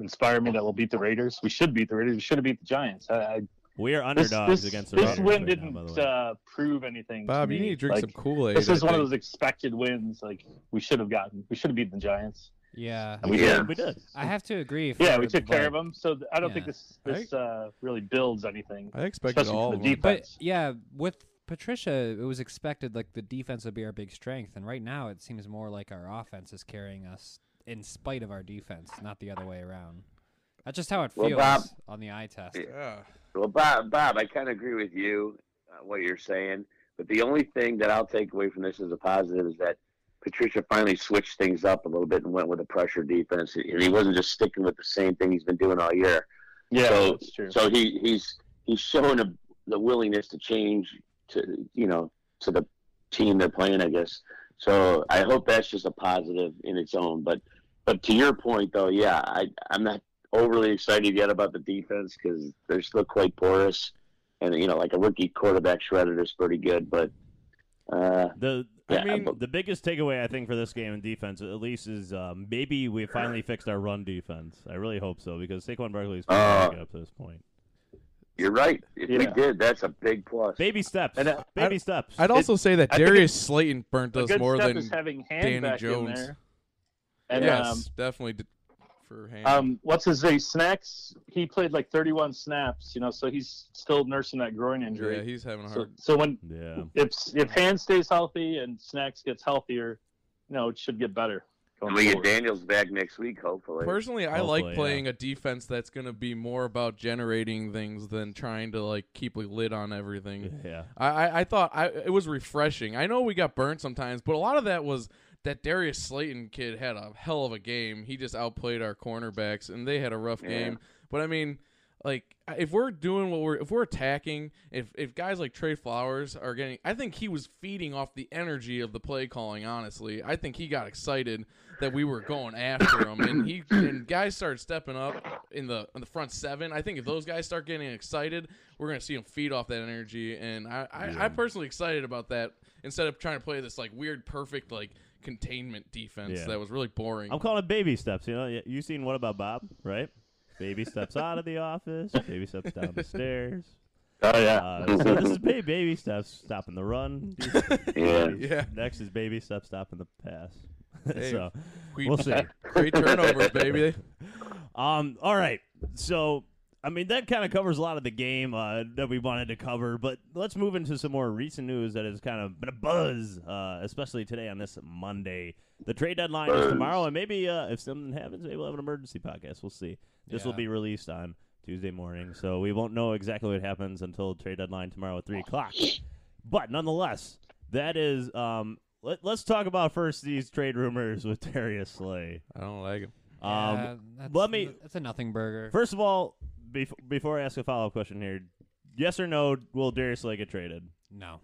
S8: inspire me that we'll beat the Raiders. We should beat the Raiders. We should have beat the Giants. I, I,
S2: We are
S8: this
S2: underdogs
S8: this,
S2: against the
S8: this
S2: Raiders.
S8: win
S2: right now, by the
S8: didn't
S2: way.
S8: uh, prove anything.
S5: Bob,
S8: to
S5: you
S8: me.
S5: need to drink
S8: Like,
S5: some Kool Aid.
S8: This is one of those expected wins. Like we should have gotten. We should have beaten the Giants.
S7: Yeah.
S8: And we
S4: Yeah.
S8: did.
S2: we did.
S7: I have to agree.
S8: Yeah,
S7: for
S8: we
S7: the
S8: took care of
S7: Vikes.
S8: them. So th- I don't think
S7: Yeah.
S8: this this uh, really builds anything.
S5: I expected
S8: especially for
S5: all
S8: the
S5: of them.
S8: deep-
S7: But
S8: defense.
S7: yeah, with Patricia, it was expected like the defense would be our big strength, and right now it seems more like our offense is carrying us in spite of our defense, not the other way around. That's just how it
S4: Well,
S7: feels
S4: Bob-
S7: on the eye test.
S4: Yeah.
S5: Yeah.
S4: Well, Bob, Bob, I kind of agree with you, uh, what you're saying. But the only thing that I'll take away from this as a positive is that Patricia finally switched things up a little bit and went with a pressure defense, and he wasn't just sticking with the same thing he's been doing all year.
S8: Yeah,
S4: So-
S8: that's true.
S4: So he he's he's showing a, the willingness to change to you know to the team they're playing, I guess. So I hope that's just a positive in its own. But but to your point though, yeah, I I'm not overly excited yet about the defense because they're still quite porous, and you know like a rookie quarterback shredded is pretty good, but. Uh,
S2: The
S4: Yeah,
S2: I mean,
S4: but-
S2: the biggest takeaway I think for this game in defense, at least, is um, maybe we finally fixed our run defense. I really hope so because Saquon Barkley is playing
S4: Uh,
S2: back up to this point.
S4: you're right. If we
S8: Yeah.
S4: did, that's a big plus.
S2: Baby steps,
S8: And, uh,
S2: baby steps.
S5: I'd also say that
S8: I think
S5: Darius Slayton burnt
S8: a
S5: us
S8: good
S5: more
S8: step
S5: than
S8: is having hand
S5: Danny
S8: back in
S5: Jones.
S8: there. And
S5: yes,
S8: um,
S5: definitely d- for hand.
S8: um, what's his name? Snacks. He played like 31 snaps, you know, so he's still nursing that groin
S5: yeah,
S8: injury.
S5: he's having a
S8: so,
S5: hard.
S8: so when
S2: yeah,
S8: if if hand stays healthy and Snacks gets healthier, you know, it should get better. going
S4: we get
S8: forward.
S4: Daniels back next week, hopefully.
S5: Personally, I
S2: Hopefully,
S5: like
S2: yeah.
S5: playing a defense that's going to be more about generating things than trying to like keep a lid on everything.
S2: yeah.
S5: I, I, I thought I, it was refreshing. I know we got burnt sometimes, but a lot of that was that Darius Slayton kid had a hell of a game. He just outplayed our cornerbacks, and they had a rough
S4: Yeah.
S5: game. But I mean, like if we're doing what we're if we're attacking, if if guys like Trey Flowers are getting, I think he was feeding off the energy of the play calling. Honestly, I think he got excited that we were going after him, and he and guys started stepping up in the in the front seven. I think if those guys start getting excited, we're gonna see them feed off that energy, and I, I I'm personally excited about that instead of trying to play this like weird perfect like containment defense
S2: Yeah.
S5: that was really boring.
S2: I'm calling it baby steps. You know, Y- you seen what about Bob, right? Baby steps out of the office. Baby steps down the stairs.
S4: oh yeah,
S2: Uh, so this is ba- baby steps stopping the run.
S4: yeah.
S5: yeah,
S2: Next is baby steps stopping the pass.
S5: Hey,
S2: so
S5: we-
S2: we'll see.
S5: great turnovers, baby.
S2: Um, all right. So, I mean, that kind of covers a lot of the game uh, that we wanted to cover, but let's move into some more recent news that has kind of been a buzz, uh, especially today on this Monday. The trade deadline is
S4: Buzz.
S2: tomorrow, and maybe uh, if something happens, maybe we'll have an emergency podcast. We'll see. This will
S5: Yeah.
S2: be released on Tuesday morning, so we won't know exactly what happens until trade deadline tomorrow at 3 o'clock. But nonetheless, that is um, Let, let's talk about first these trade rumors with Darius Slay.
S5: I don't like him.
S2: Um,
S7: Yeah, that's,
S2: let me-
S7: That's a nothing burger.
S2: First of all, bef- before I ask a follow up question here, yes or no, will Darius Slay get traded?
S7: no.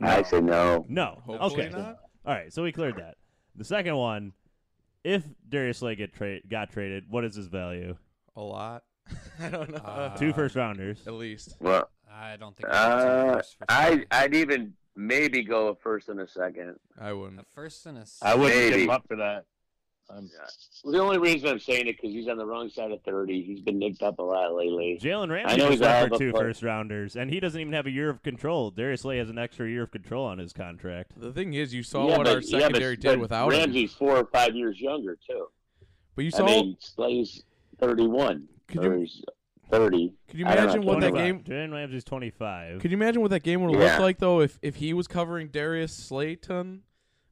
S4: I say no.
S2: No.
S5: Hopefully
S2: okay.
S5: not.
S2: All right, so we cleared that. The second one, if Darius Slay get tra- got traded, what is his value?
S5: A lot. I don't know.
S7: Uh,
S2: Two first rounders.
S5: At least.
S4: Well,
S7: I don't think.
S4: Uh,
S7: that's a first for
S4: I
S7: Slay.
S4: I'd even maybe go a first and a second.
S5: I wouldn't.
S7: a first and a s-
S8: I wouldn't give
S4: Maybe.
S8: him up for that. Um, I'm,
S4: Yeah. Well, the only reason I'm saying it because he's on the wrong side of thirty. He's been nicked up a lot lately.
S2: Jalen
S4: I
S2: Ramsey
S4: know
S2: just
S4: he's
S2: up
S4: out,
S2: for
S4: but
S2: two
S4: fuck.
S2: first rounders, and he doesn't even have a year of control. Darius Slay has an extra year of control on his contract.
S5: The thing is, you saw
S4: yeah,
S5: what
S4: but,
S5: our
S4: yeah, but-
S5: secondary
S4: but
S5: did without him.
S4: Ramsey's four or five years younger too.
S5: But you saw,
S4: I mean, Slay's thirty-one.
S5: Could
S4: or
S5: you-
S4: he's thirty?
S5: could you
S4: I don't
S5: imagine
S4: know,
S5: what that
S4: 25.
S5: game?
S2: Jalen Ramsey's twenty five.
S5: Could you imagine what that game would have looked
S4: Yeah.
S5: like though if if he was covering Darius Slayton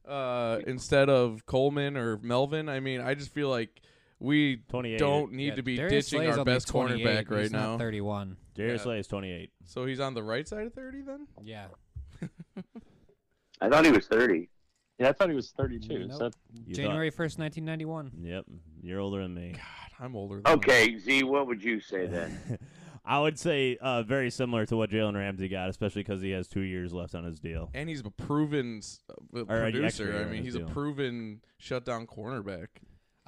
S5: uh, instead of Coleman or Melvin? I mean, I just feel like we
S2: 28.
S5: don't need
S7: yeah,
S5: to be
S7: Darius
S5: ditching
S7: Slay's
S5: our
S7: only
S5: best
S7: 28,
S5: cornerback right
S7: he's not
S5: now.
S7: Thirty-one.
S2: Darius
S5: Yeah.
S2: Slay is twenty eight.
S5: So he's on the right side of thirty then.
S7: Yeah.
S4: I thought he was thirty.
S8: yeah, I thought he was 32.
S7: Nope.
S8: So
S7: January first, nineteen ninety-one.
S2: Yep, you're older than me.
S5: God, I'm older.
S4: Oh.
S5: Than
S4: Okay, Z, what would you say then?
S2: I would say uh, very similar to what Jalen Ramsey got, especially because he has two years left on his deal.
S5: And he's a proven s- uh,
S2: right, you
S5: producer.
S2: actually
S5: I
S2: are
S5: mean, he's a
S2: deal.
S5: proven shutdown cornerback.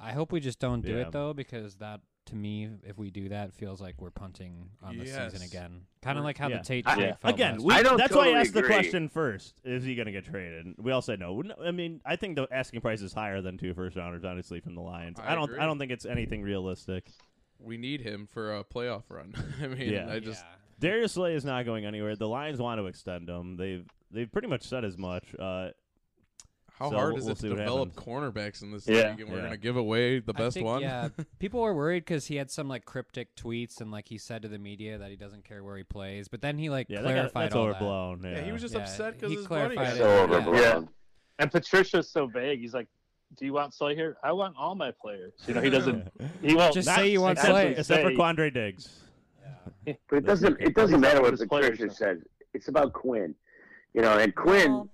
S7: I hope we just don't do
S2: Yeah.
S7: it though, because that to me, if we do that, feels like we're punting on the
S5: Yes.
S7: season again. Kind of
S5: We're-
S7: like how
S2: yeah.
S7: the Tate
S4: I-
S7: trade felt
S2: Again,
S7: last
S2: we,
S4: I don't
S2: that's why I
S4: totally
S2: asked the
S4: agree.
S2: question first: Is he going to get traded? We all said no. Wouldn't- I mean, I think the asking price is higher than two first rounders, honestly, from the Lions.
S5: I
S2: I, don't.
S5: agree.
S2: I don't think it's anything realistic.
S5: We need him for a playoff run. I mean,
S2: Yeah.
S5: I
S7: week.
S5: just
S7: Yeah.
S2: Darius Slay is not going anywhere. The Lions want to extend him. They've they've pretty much said as much. Uh,
S5: how
S2: So
S5: hard
S2: we'll-
S5: is
S2: we'll
S5: it to
S2: see what
S5: develop
S2: happens.
S5: cornerbacks in this
S8: Yeah.
S5: league? And we're
S2: Yeah.
S5: gonna give away the
S7: I
S5: best
S7: think,
S5: one.
S7: Yeah, people were worried because he had some like cryptic tweets and like he said to the media that he doesn't care where he plays, but then he like
S2: yeah, that got,
S7: clarified
S2: that's
S7: all
S2: overblown.
S5: Yeah, he was just
S7: Yeah,
S5: upset because
S7: he
S5: his buddy got
S7: clarified it.
S4: so
S5: hurt.
S4: overblown.
S8: Yeah. and Patricia's so vague. He's like, "Do you want Slay here? I want all my players." You know, he doesn't. He won't
S7: Just
S8: not
S7: say you want
S8: except
S7: Slay.
S8: for-
S2: except for
S8: say-
S2: Quandre Diggs.
S4: But it doesn't. It doesn't
S8: He's
S4: matter
S8: not
S4: what
S8: his
S4: the
S8: players,
S4: Christian
S8: though.
S4: says. It's about Quinn, you know. And Quinn,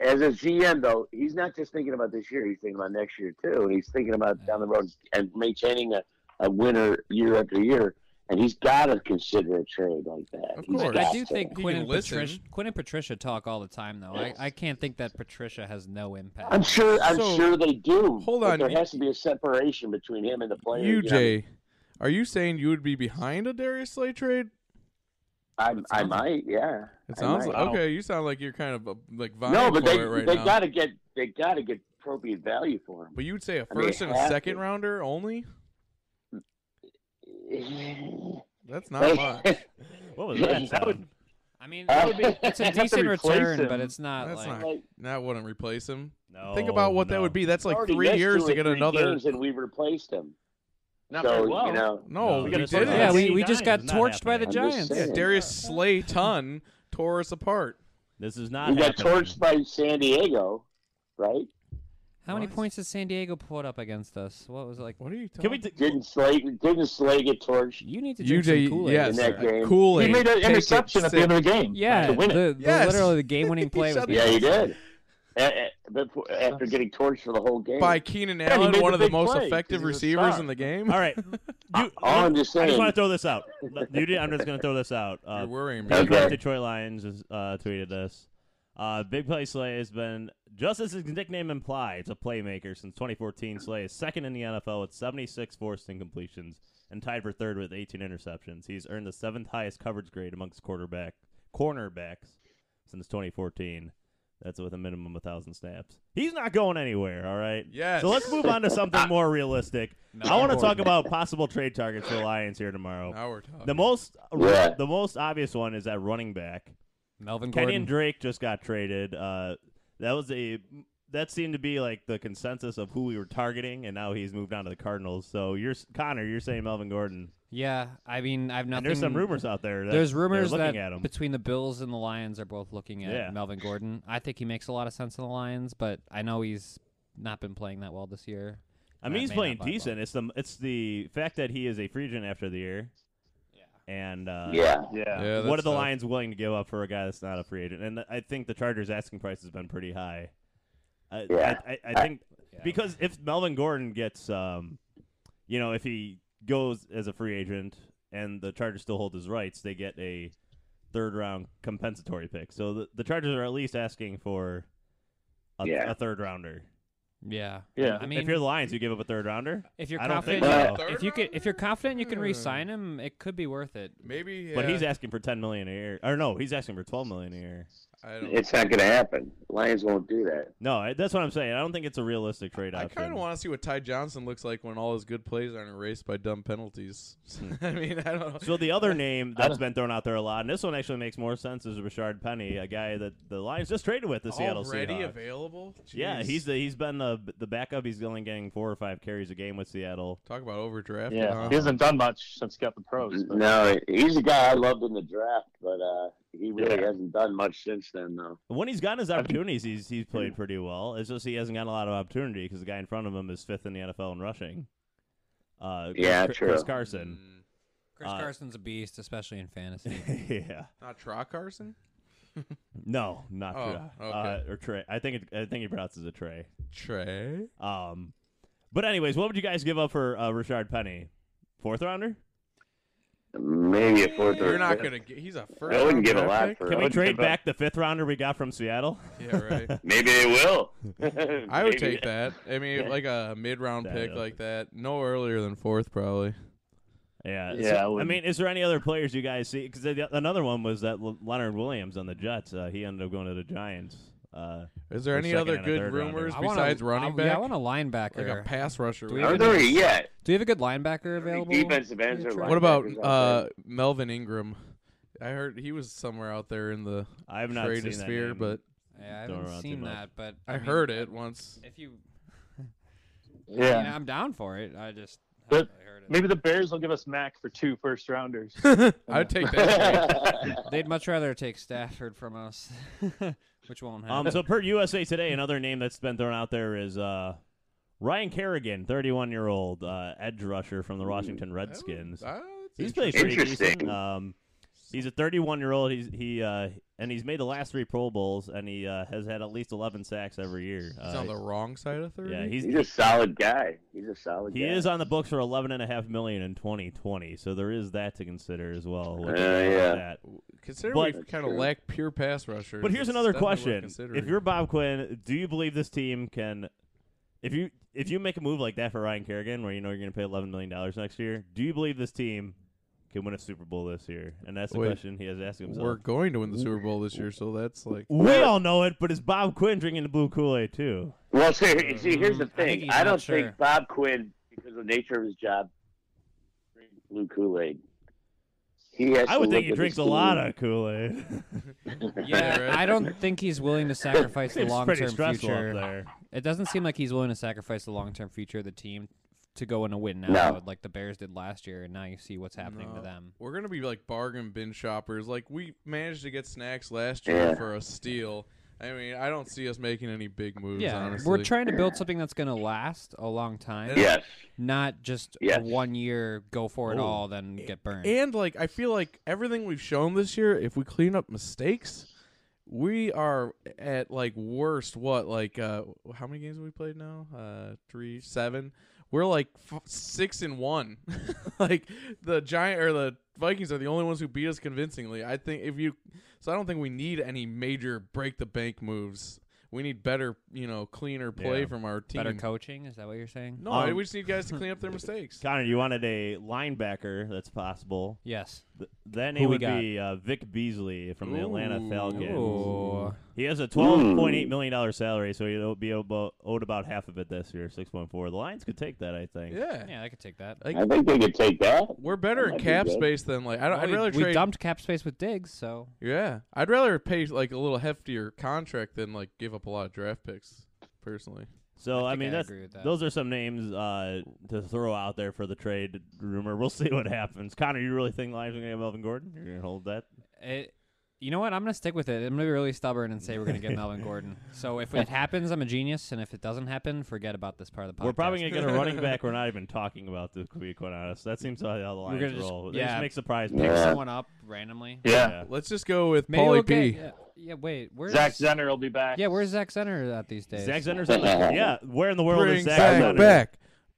S4: as a GM, though, he's not just thinking about this year. He's thinking about next year too, and he's thinking about down the road and maintaining a, a winner year after year. And he's got to consider a trade like that.
S5: Of
S4: He's
S5: course.
S7: I
S4: got
S7: do
S4: to.
S7: think
S5: He
S7: Quinn
S5: can
S7: and, Patricia,
S5: listen.
S7: Quinn and Patricia talk all the time, though. I, I can't think that Patricia has no impact.
S4: I'm sure. I'm
S5: So,
S4: sure they do.
S5: hold
S4: but
S5: on.
S4: There has to be a separation between him and the player.
S5: You,
S4: know?
S5: Jay, are you saying you would be behind a Darius Slay trade?
S4: I, I might. Yeah.
S5: It
S4: I
S5: sounds
S4: might.
S5: like, okay. You sound like you're kind of uh, like vying
S4: No, but
S5: for
S4: they
S5: it right
S4: they
S5: now.
S4: got to get they got to get appropriate value for him.
S5: But you'd say a
S4: I mean,
S5: first and a
S4: have to.
S5: second rounder only? That's not much.
S4: Like-
S2: What was that?
S8: That would-
S2: sound?
S7: I mean,
S4: Uh,
S7: it's a
S8: Have to
S7: decent
S8: replace
S7: return,
S8: him.
S7: but it's not
S5: That's
S7: like.
S5: not. That wouldn't replace him.
S2: No,
S5: Think about what that
S2: Oh, no.
S5: would be. That's like
S4: already
S5: three
S4: missed
S5: years
S4: two
S5: to
S4: or
S5: get
S4: three
S5: another.
S4: games and we replaced him.
S8: Not
S4: so
S8: very well.
S4: you know,
S5: No,
S2: No,
S5: we
S2: gotta
S5: did
S2: start
S5: it.
S2: off.
S7: Yeah, we,
S2: Eighty
S7: we just got
S2: nines is not
S7: torched by the
S2: happening.
S4: I'm just
S7: Giants.
S5: Yeah,
S4: saying.
S5: Darius Slayton tore us apart.
S2: This is not.
S4: we got
S2: happening.
S4: torched by San Diego, right?
S7: How many
S5: What?
S7: points did San Diego put up against us? What was it like?
S5: What are you
S2: Can
S5: talking?
S2: we? T-
S4: Didn't Slay didn't Slay get torched?
S7: You need to drink some
S5: UJ,
S7: Kool-Aid.
S5: E, yes, uh,
S4: In that game.
S5: Kool
S8: He made an interception at the end of the game.
S7: Yeah,
S8: to win it.
S7: the, the
S5: Yes.
S7: literally the game-winning play was
S5: Shut
S4: Yeah, he did. A- a- before- after getting torched for the whole game.
S5: by Keenan
S8: he
S5: Allen,
S8: made
S5: one
S8: the
S5: of the
S8: big
S5: most
S8: play, 'cause
S5: effective
S8: he's a
S5: receivers
S8: star.
S5: in the game.
S2: all right. You,
S4: all I'm just
S2: I just
S4: saying-
S2: want to throw this out. You did, I'm just going to throw this out. Uh,
S5: You're worrying.
S2: Big
S5: Big
S4: Okay.
S2: Red Detroit Lions has, uh, tweeted this. Uh, Big Play Slay has been, just as his nickname implies, a playmaker since 2014. Slay is second in the NFL with 76 forced incompletions and tied for third with 18 interceptions. He's earned the seventh highest coverage grade amongst quarterback cornerbacks since 2014. That's with a minimum of thousand snaps. He's not going anywhere. All right.
S5: Yes.
S2: So let's move on to
S7: Ah.
S2: something more realistic. I want to talk about possible trade targets for the Lions here tomorrow.
S7: Oh.
S5: Now we're talking.
S2: The most
S4: Yeah.
S2: the most obvious one is that running back.
S7: Melvin
S2: Kenyon
S7: Gordon.
S2: Drake just got traded. Uh, that was a that seemed to be like the consensus of who we were targeting, and now he's moved on to the Cardinals. So you're s- Connor, you're saying Melvin Gordon,
S7: yeah, I mean, I've nothing.
S2: and there's some rumors out there. That
S7: There's
S2: they're
S7: rumors
S2: looking
S7: that
S2: at him.
S7: between the Bills and the Lions are both looking at
S2: Yeah.
S7: Melvin Gordon. I think he makes a lot of sense in the Lions, but I know he's not been playing that well this year.
S2: I mean,
S7: that
S2: he's
S7: may
S2: playing
S7: not bode
S2: decent. It's the it's the fact that he is a free agent after the year, and uh,
S4: yeah.
S8: Yeah.
S5: Yeah,
S2: what are
S5: that's
S2: the
S5: tough.
S2: Lions willing to give up for a guy that's not a free agent? And I think the Chargers' asking price has been pretty high. I,
S3: Yeah.
S2: I, I, I think because if Melvin Gordon gets, um, you know, if he goes as a free agent and the Chargers still hold his rights, they get a third round compensatory pick. So the, the Chargers are at least asking for a,
S3: Yeah.
S2: a third rounder.
S7: Yeah.
S8: Yeah.
S7: I mean,
S2: if you're the Lions, you give up a third rounder.
S7: if you're
S2: I don't think
S7: confident,
S8: Uh,
S5: so.
S7: if you can, if you're confident, you can
S5: Hmm.
S7: re-sign him. It could be worth it.
S5: Maybe,
S2: But
S5: yeah,
S2: he's asking for ten million a year, or no, he's asking for twelve million a year.
S5: I don't.
S3: It's not going to happen. Lions won't do that.
S2: No, I- that's what I'm saying. I don't think it's a realistic trade
S5: I
S2: option.
S5: kind of want to see what Ty Johnson looks like when all his good plays aren't erased by dumb penalties. I mean, I don't know.
S2: Hmm. So the other name
S8: I
S2: that's been thrown out there a lot, and this one actually makes more sense, is Rashard Penny, a guy that the Lions just traded with the Seattle
S5: already
S2: Seahawks.
S5: available.
S2: Yeah,
S5: Jeez.
S2: he's the he's been the the backup. He's only getting four or five carries a game with Seattle.
S5: talk about overdraft.
S8: Yeah, he hasn't done much since he got the pros. But
S3: No, he's a guy I loved in the draft, but uh, he really
S8: Yeah.
S3: hasn't done much since then, though.
S2: When he's gotten his opportunities, he's he's
S3: Hmm.
S2: played pretty well. It's just he hasn't gotten a lot of opportunity because the guy in front of him is fifth in the NFL in rushing. Uh,
S3: Yeah,
S2: Chris,
S3: true.
S2: Chris Carson.
S7: Chris
S2: Uh,
S7: Carson's a beast, especially in fantasy.
S5: Hmm.
S2: yeah.
S5: Not Tra Carson.
S2: No, not
S5: Oh,
S2: Tra-
S5: okay.
S2: uh, or Trey. I think it, I think he pronounces it Trey.
S5: Trey.
S2: Um, but anyways, what would you guys give up for uh, Richard Penny? Fourth rounder?
S3: Maybe a fourth or
S5: You're not
S3: fifth.
S5: gonna. Get, he's a first.
S3: I wouldn't
S5: round
S3: give a
S5: draft
S3: lot
S5: pick?
S3: for. I
S2: Can we
S3: wouldn't
S2: trade
S3: give a-
S2: back the fifth rounder we got from Seattle?
S5: Yeah, right.
S3: Maybe they will.
S5: I would
S3: Maybe.
S5: take that. I mean, like a mid-round
S2: That
S5: pick
S2: up.
S5: like that. No earlier than fourth, probably.
S2: Yeah.
S8: Yeah, I
S2: So, I,
S8: wouldn't.
S2: mean, is there any other players you guys see? Because another one was that L- Leonard Williams on the Jets. Uh, he ended up going to the Giants. Uh,
S5: Is there
S2: Or
S5: any
S2: second
S5: other
S2: and a
S5: good
S2: third rounder.
S5: rumors
S7: I want a-
S5: besides running
S7: I-
S5: back?
S7: Yeah, I want a linebacker.
S5: like a pass rusher.
S7: Do
S5: would
S7: we
S5: be
S7: have
S3: Aren't
S7: any-
S5: nice.
S3: there yet?
S7: Do you have a good linebacker available?
S3: defensive ends
S7: Yeah,
S3: are
S7: Trey.
S3: linebackers
S5: What about
S3: out there?
S5: uh, Melvin Ingram? I heard he was somewhere out there in the
S2: I have not
S5: trade
S2: seen that
S5: sphere,
S2: name.
S5: but
S7: Yeah, I
S2: Don't
S7: haven't
S2: run too
S7: seen
S2: much.
S7: that, but
S5: I,
S7: mean,
S5: heard it once.
S7: If you, I mean,
S8: yeah,
S7: I'm down for it. I just
S8: But
S7: I heard it.
S8: maybe the Bears will give us Mac for two first rounders.
S5: I would take that.
S7: They'd much rather take Stafford from us, which won't happen.
S2: Um, so per USA Today, another name that's been thrown out there is uh, Ryan Kerrigan, 31 year old uh, edge rusher from the Washington Redskins.
S5: Ah, it's
S2: He's
S5: interesting.
S2: played pretty decent.
S3: Interesting.
S2: Um, he's a 31 year old. He's he uh, and he's made the last three Pro Bowls, and he uh, has had at least 11 sacks every year.
S5: He's
S2: Uh,
S5: on the wrong side of thirty.
S2: yeah, he's
S3: He's a solid guy. He's a solid
S2: he
S3: guy.
S2: is on the books for 11 and a half million in 2020. So there is that to consider as well. what
S3: Uh,
S2: they do
S3: yeah.
S2: about that.
S5: Considering
S2: But-
S5: we kind of lack pure pass rushers.
S2: But here's
S5: it's
S2: another
S5: definitely worth
S2: question: If
S5: considering.
S2: you're Bob Quinn, do you believe this team can? If you if you make a move like that for Ryan Kerrigan, where you know you're going to pay 11 million dollars next year, do you believe this team can win a Super Bowl this year? And that's the
S5: Wait.
S2: question he has asked himself.
S5: we're going to win the Super Bowl this year, so that's like
S2: We all know it, but is Bob Quinn drinking the blue Kool Aid too?
S3: Well, see, see, here's the
S7: Mm, I think
S3: thing.
S7: he's
S3: I,
S7: not
S3: don't
S7: sure.
S3: think Bob Quinn, because of the nature of his job, drinks blue Kool Aid. He has.
S2: I
S3: to
S2: would think
S3: look
S2: he
S3: at
S2: drinks a
S3: his
S2: lot
S3: team.
S2: of Kool Aid.
S5: Yeah,
S7: yeah,
S5: right.
S7: I don't think he's willing to sacrifice the
S2: it's
S7: long
S2: pretty
S7: term
S2: stressful up
S7: future.
S2: there.
S7: It doesn't seem like he's willing to sacrifice the long term future of the team to go in a win now,
S3: No.
S7: like the Bears did last year, and now you see what's happening to
S5: No.
S7: them.
S5: we're gonna be like bargain bin shoppers. Like we managed to get snacks last year
S3: Yeah.
S5: for a steal. I mean, I don't see us making any big moves.
S7: Yeah,
S5: honestly.
S7: we're trying to build something that's going to last a long time,
S3: Yes.
S7: not just
S3: Yes.
S7: a one year go for it
S5: Oh.
S7: all then get burned.
S5: And like I feel like everything we've shown this year, if we clean up mistakes, we are at like worst what like uh how many games have we played now? Uh 3 7. We're like f- 6 and 1. like the giant or the Vikings are the only ones who beat us convincingly. I think if you so I don't think we need any major break the bank moves. We need better, you know, cleaner play
S2: Yeah.
S5: from our team.
S7: Better coaching? Is that what you're saying?
S5: no,
S2: Um,
S5: we just need guys to clean up their mistakes.
S2: Connor, you wanted a linebacker. That's possible.
S7: Yes.
S2: Th- That
S7: Who
S2: name
S7: we
S2: would
S7: got?
S2: be uh, Vic Beasley from the Atlanta
S5: Ooh.
S2: Falcons.
S7: Ooh.
S2: He has a twelve point eight million dollar salary, so he'll be about, owed about half of it this year, six point four. The Lions could take that, I think.
S5: Yeah.
S7: Yeah, I could take that.
S5: Like
S3: I think they could take that.
S5: We're better in
S3: That'd be
S5: cap
S3: good.
S5: space than like I don't.
S7: Well,
S5: I'd
S7: we,
S5: rather
S7: we
S5: trade.
S7: dumped cap space with Diggs, so
S5: Yeah, I'd rather pay like a little heftier contract than like give up a lot of draft picks. Personally,
S2: So I,
S7: I think
S2: mean,
S7: I
S2: that's
S7: agree with that.
S2: those are some names uh, to throw out there for the trade rumor. We'll see what happens. Connor, you really think the Lions are going to have Melvin Gordon? You're going to hold that?
S7: it You know what? I'm gonna stick with it. I'm gonna be really stubborn and say we're gonna get Melvin Gordon. So if it happens, I'm a genius, and if it doesn't happen, forget about this part of the podcast.
S2: We're probably gonna get a running back we're not even talking about this week, quite honest. That seems how the Lions
S7: gonna just-
S2: roll. they
S7: yeah.
S2: just make surprise
S7: pick
S2: picks.
S7: someone up randomly.
S8: Yeah.
S5: Let's just go with
S7: Maybe
S5: Paulie
S7: we'll
S5: P.
S7: get- yeah, yeah, wait, where's
S8: Zach Zenner will be back.
S7: Yeah, where's Zach Center at these days?
S2: Zach Zender's on the yeah. Where in the world
S5: Bring
S2: is
S5: Zach,
S2: Zach, Zenner?
S5: back.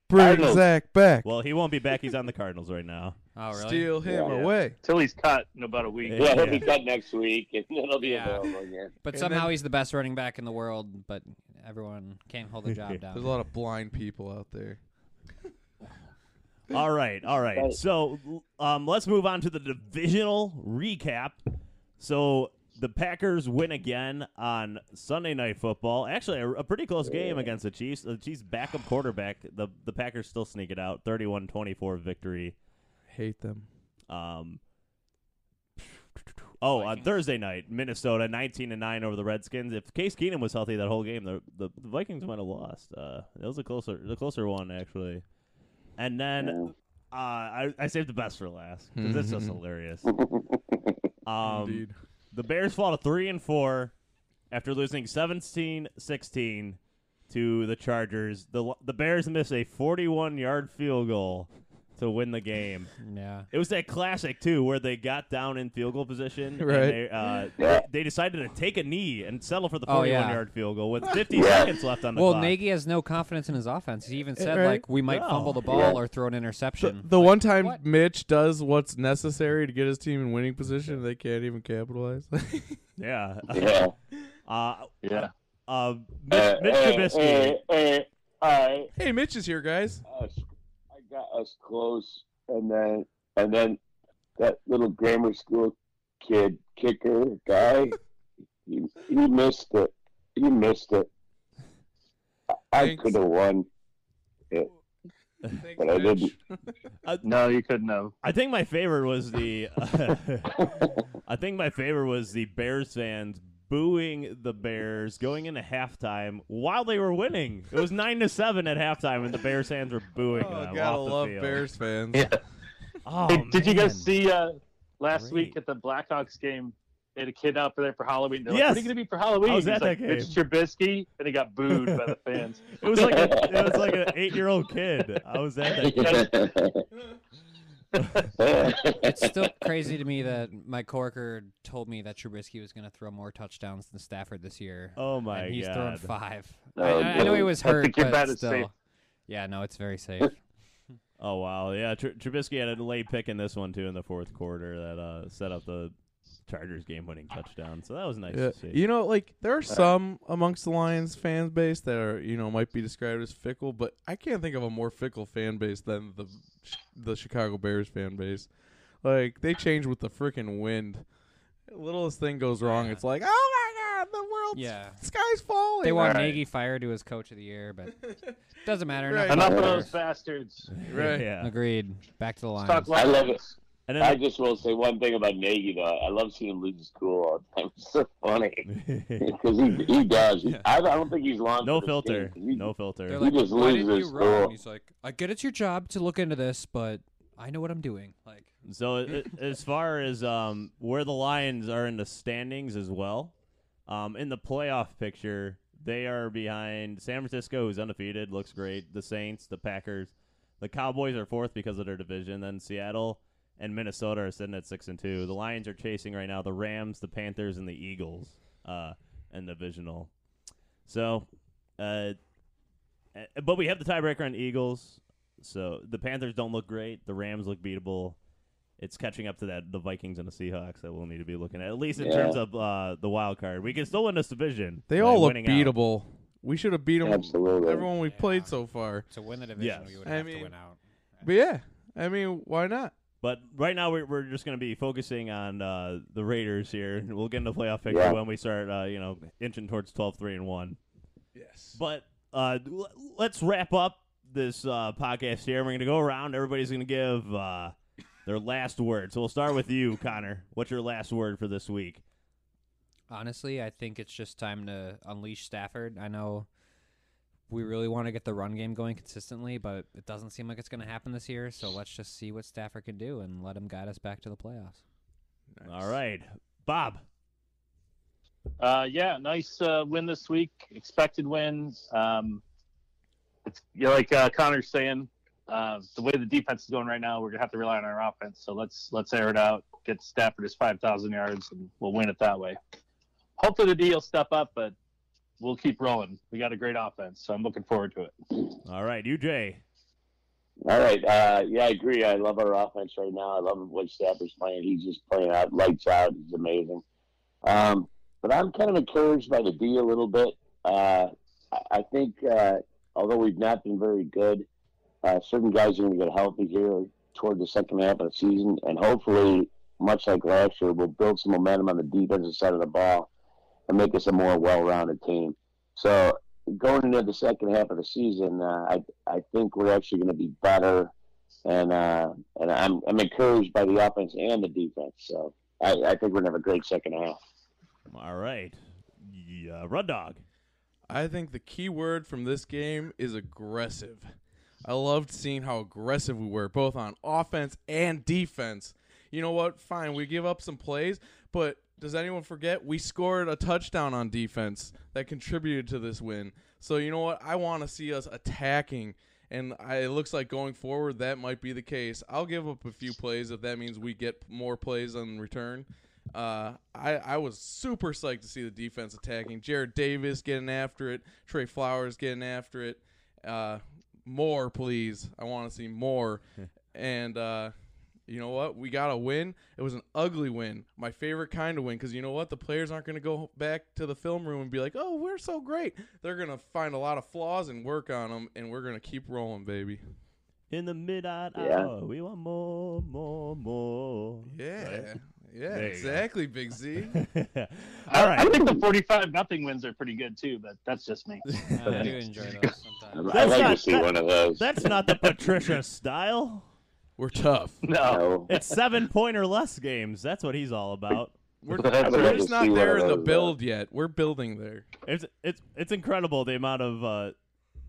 S5: Bring
S3: Cardinals.
S5: Zach back.
S2: Well, he won't be back. He's on the Cardinals right now.
S7: Oh, really?
S5: Steal him
S8: Yeah.
S5: away.
S8: Till he's cut in about a week.
S2: Yeah.
S3: Yeah, he'll be cut next week, and it'll be
S7: Yeah.
S3: available again.
S7: But
S5: And
S7: somehow
S5: then-
S7: he's the best running back in the world, but everyone can't hold a job
S5: There's a
S7: down.
S5: lot of blind people out there.
S2: All right, all right.
S3: Right.
S2: So um, let's move on to the divisional recap. So the Packers win again on Sunday Night Football. Actually, a, a pretty close game against the Chiefs. The Chiefs' backup quarterback, the the Packers still sneak it out, 31-24 victory.
S5: Hate them.
S2: Um, oh, on Thursday night, Minnesota 19 and 9 over the Redskins. If Case Keenum was healthy that whole game, the the, the Vikings might have lost. Uh, it was a closer the closer one actually. And then uh, I, I saved the best for last because it's just hilarious. um,
S5: Indeed.
S2: the Bears fall to 3 and 4 after losing 17-16 to the Chargers. The the Bears miss a 41-yard field goal to win the game.
S7: Yeah.
S2: It was that classic too, where they got down in field goal position.
S5: Right.
S2: And they, uh, they, they decided to take a knee and settle for the
S7: Oh,
S2: forty-one
S7: yeah.
S2: yard field goal with fifty seconds left on the
S7: Well,
S2: clock.
S7: Nagy has no confidence in his offense. He even said
S5: right.
S7: like we might
S2: No.
S7: fumble the ball or throw an
S5: The,
S7: interception.
S5: the one time
S7: what?
S5: Mitch does what's necessary to get his team in winning position, they can't even capitalize.
S2: yeah.
S3: Yeah.
S2: Uh,
S8: Yeah.
S2: uh, Mitch, Mitch Trubisky.
S8: uh,
S3: uh, all right.
S5: hey, Mitch is here, guys.
S3: us, I got us close, and then and then that little grammar school kid kicker guy, he, he missed it. He missed it. I- I
S5: Thanks.
S3: could have won.
S5: Thanks,
S3: But I
S5: Mitch. Oh,
S3: didn't.
S8: No, you couldn't have.
S2: I think my favorite was the. I think my favorite was the Bears fans booing the Bears going into halftime while they were winning. It was nine to seven at halftime, and the Bears fans were booing
S5: Oh,
S2: them
S5: gotta
S2: off the
S5: love
S2: field.
S5: Bears fans.
S8: Yeah.
S2: Oh,
S8: Hey, did you guys
S2: man.
S8: see uh, last
S2: Great.
S8: week at the Blackhawks game? They had a kid out for there for Halloween. They're
S2: Yes.
S8: like, what are you going to be for Halloween?
S2: I was
S8: He's
S2: at
S8: like,
S2: that
S8: It's Trubisky, and he got booed by the fans.
S2: It was like a, it was like an eight year old kid. I was at that.
S7: it's still crazy to me that my coworker told me that Trubisky was going to throw more touchdowns than Stafford this year.
S2: Oh my
S7: and he's throwing
S2: god!
S7: five.
S3: Oh,
S7: I, I- I know he
S3: no.
S7: was
S8: I
S7: hurt,
S8: think your
S7: but
S8: bet is
S7: still.
S8: safe.
S7: Yeah, no, it's very safe.
S2: Oh wow! Yeah, Tr- Trubisky had a late pick in this one too in the fourth quarter that uh, set up the Chargers game winning touchdown. So that was nice
S5: Yeah.
S2: to see.
S5: You know, like there are some amongst the Lions fan base that are, you know, might be described as fickle, but I can't think of a more fickle fan base than the the Chicago Bears fan base. Like they change with the freaking wind. Littlest thing goes wrong, it's like, oh my god, the world's
S7: Yeah.
S5: sky's falling.
S7: They want
S8: All right.
S7: Nagy fired to his coach of the year, but doesn't matter.
S5: Right.
S7: Enough
S8: Enough of
S7: about
S8: those
S7: Bears.
S8: bastards.
S5: right.
S2: Yeah.
S7: Agreed. Back to the Lions.
S8: Let's talk
S3: I love it.
S2: And
S3: I
S2: then
S3: just will say one thing about Nagy though. I love seeing him lose his cool all the time. It's so funny because he he does. I, I don't think he's long.
S2: no
S3: for this team.
S2: filter,
S3: He-
S2: no
S7: They're
S2: filter.
S3: He
S7: like,
S3: just
S7: why didn't
S3: loses Oh.
S7: you run?
S3: all-
S7: He's like, I get it's your job to look into this, but I know what I'm doing. Like,
S2: So a- a- as far as um, where the Lions are in the standings as well, um, in the playoff picture, they are behind San Francisco, who's undefeated, looks great. The Saints, the Packers, the Cowboys are fourth because of their division. Then Seattle and Minnesota are sitting at six and two. The Lions are chasing right now the Rams, the Panthers, and the Eagles uh, in the divisional. So, uh, uh, but we have the tiebreaker on Eagles. So the Panthers don't look great. The Rams look beatable. It's catching up to that the Vikings and the Seahawks that we'll need to be looking at at least in
S3: Yeah.
S2: terms of uh, the wild card. We can still win this division.
S5: They
S2: by
S5: all look
S2: winning out.
S5: beatable. We should have beat them
S3: Absolutely.
S5: everyone we
S7: Yeah.
S5: played so far.
S7: to win the division,
S2: Yes.
S7: we would
S5: I
S7: have to
S5: mean-
S7: win out.
S5: But yeah, I mean, why not?
S2: But right now we're, we're just going to be focusing on uh, the Raiders here. and We'll get into playoff picture
S3: Yeah.
S2: when we start, uh, you know, inching towards 12-3 and one.
S5: Yes.
S2: But uh, l- let's wrap up this uh, podcast here. We're going to go around. Everybody's going to give uh, their last word. So we'll start with you, Connor. What's your last word for this week?
S7: Honestly, I think it's just time to unleash Stafford. I know we really want to get the run game going consistently, but it doesn't seem like it's going to happen this year. So let's just see what Stafford can do and let him guide us back to the playoffs.
S2: All right, Bob.
S8: Uh, yeah, nice uh, win this week. Expected win. Um, it's you know, like uh, Connor's saying, uh, the way the defense is going right now, we're gonna have to rely on our offense. So let's let's air it out. Get Stafford his five thousand yards, and we'll win it that way. Hopefully the D will step up, but we'll keep rolling. We got a great offense, so I'm looking forward to it.
S2: All right, UJ.
S3: All right. Uh, yeah, I agree. I love our offense right now. I love what Stafford's playing. He's just playing out lights out. He's amazing. Um, but I'm kind of encouraged by the D a little bit. Uh, I- I think uh, although we've not been very good, uh, certain guys are going to get healthy here toward the second half of the season, and hopefully, much like last year, we'll build some momentum on the defensive side of the ball and make us a more well-rounded team. So going into the second half of the season, uh, I I think we're actually going to be better, and uh, and I'm I'm encouraged by the offense and the defense. So I, I think we're gonna have a great second half.
S2: All right, yeah, Rud Dog.
S5: I think the key word from this game is aggressive. I loved seeing how aggressive we were, both on offense and defense. You know what? Fine, we give up some plays, but does anyone forget we scored a touchdown on defense that contributed to this win? So you know what? I want to see us attacking, and I, it looks like going forward that might be the case. I'll give up a few plays if that means we get more plays in return. Uh, I, I was super psyched to see the defense attacking. Jared Davis getting after it. Trey Flowers getting after it. Uh, more, please. I want to see more. and uh, you know what? We got a win. It was an ugly win. My favorite kind of win because you know what? The players aren't going to go back to the film room and be like, oh, we're so great. They're going to find a lot of flaws and work on them, and we're going to keep rolling, baby.
S2: In the midnight
S3: Yeah.
S2: hour, we want more, more, more.
S5: Yeah. Yeah,
S2: There you go.
S5: exactly, Big Z.
S2: All
S8: I, I
S2: right.
S8: think the 45 nothing wins are pretty good too, but that's just me.
S7: Uh, I do enjoy those
S3: I
S7: sometimes.
S3: like
S2: That's
S3: to
S2: not-
S3: see
S2: that-
S3: one of those.
S2: That's not the Patricia style.
S5: We're tough.
S3: you
S8: No,
S3: know,
S2: It's seven point or less games. That's what he's all about.
S5: We're,
S3: I'd love
S5: we're
S3: to
S5: just
S3: see
S5: not
S3: one
S5: there
S3: of
S5: in the
S3: those, uh,
S5: build yet. We're building there.
S2: It's it's it's incredible the amount of uh,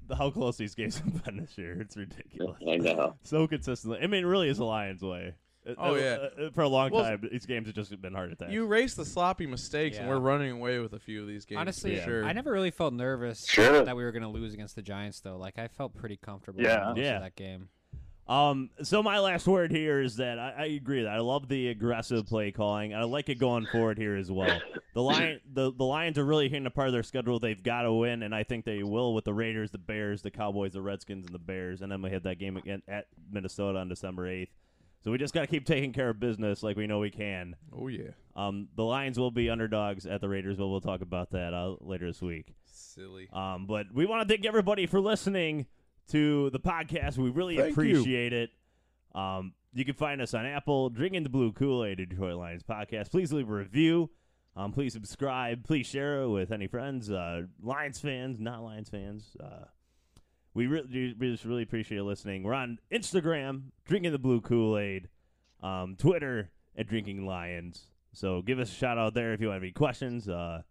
S2: the- how close these games have been this year. It's ridiculous.
S3: I know.
S2: So consistently. I mean, it really is the Lions' way. It-
S5: Oh,
S2: it-
S5: yeah.
S2: uh, for a long
S5: Well,
S2: time, these games have just been hard attacks.
S5: You erase the sloppy mistakes, and
S7: Yeah.
S5: we're running away with a few of these games.
S7: Honestly,
S5: for sure.
S7: I never really felt nervous
S3: Sure.
S7: that we were going to lose against the Giants, though. Like, I felt pretty comfortable
S8: Yeah.
S7: yeah. most
S2: Yeah.
S7: of that game.
S2: Um, so my last word here is that I, I agree that I love the aggressive play calling. I like it going forward here as well. The lion, the, the Lions are really hitting a part of their schedule. They've got to win, and I think they will with the Raiders, the Bears, the Cowboys, the Redskins, and the Bears. And then we have that game again at Minnesota on December eighth. So we just got to keep taking care of business like we know we can.
S5: oh yeah,
S2: Um, the Lions will be underdogs at the Raiders, but we'll talk about that uh, later this week.
S5: silly.
S2: Um, but we want to thank everybody for listening to the podcast. We really
S5: Thank you.
S2: appreciate it. Um, you can find us on Apple, Drinking the Blue Kool Aid, Detroit Lions podcast. Please leave a review. Um, please subscribe. Please share it with any friends, uh, Lions fans, not Lions fans. Uh, we really, we just really appreciate you listening. We're on Instagram, Drinking the Blue Kool Aid, um, Twitter at Drinking Lions. So give us a shout out there if you have any questions. Uh,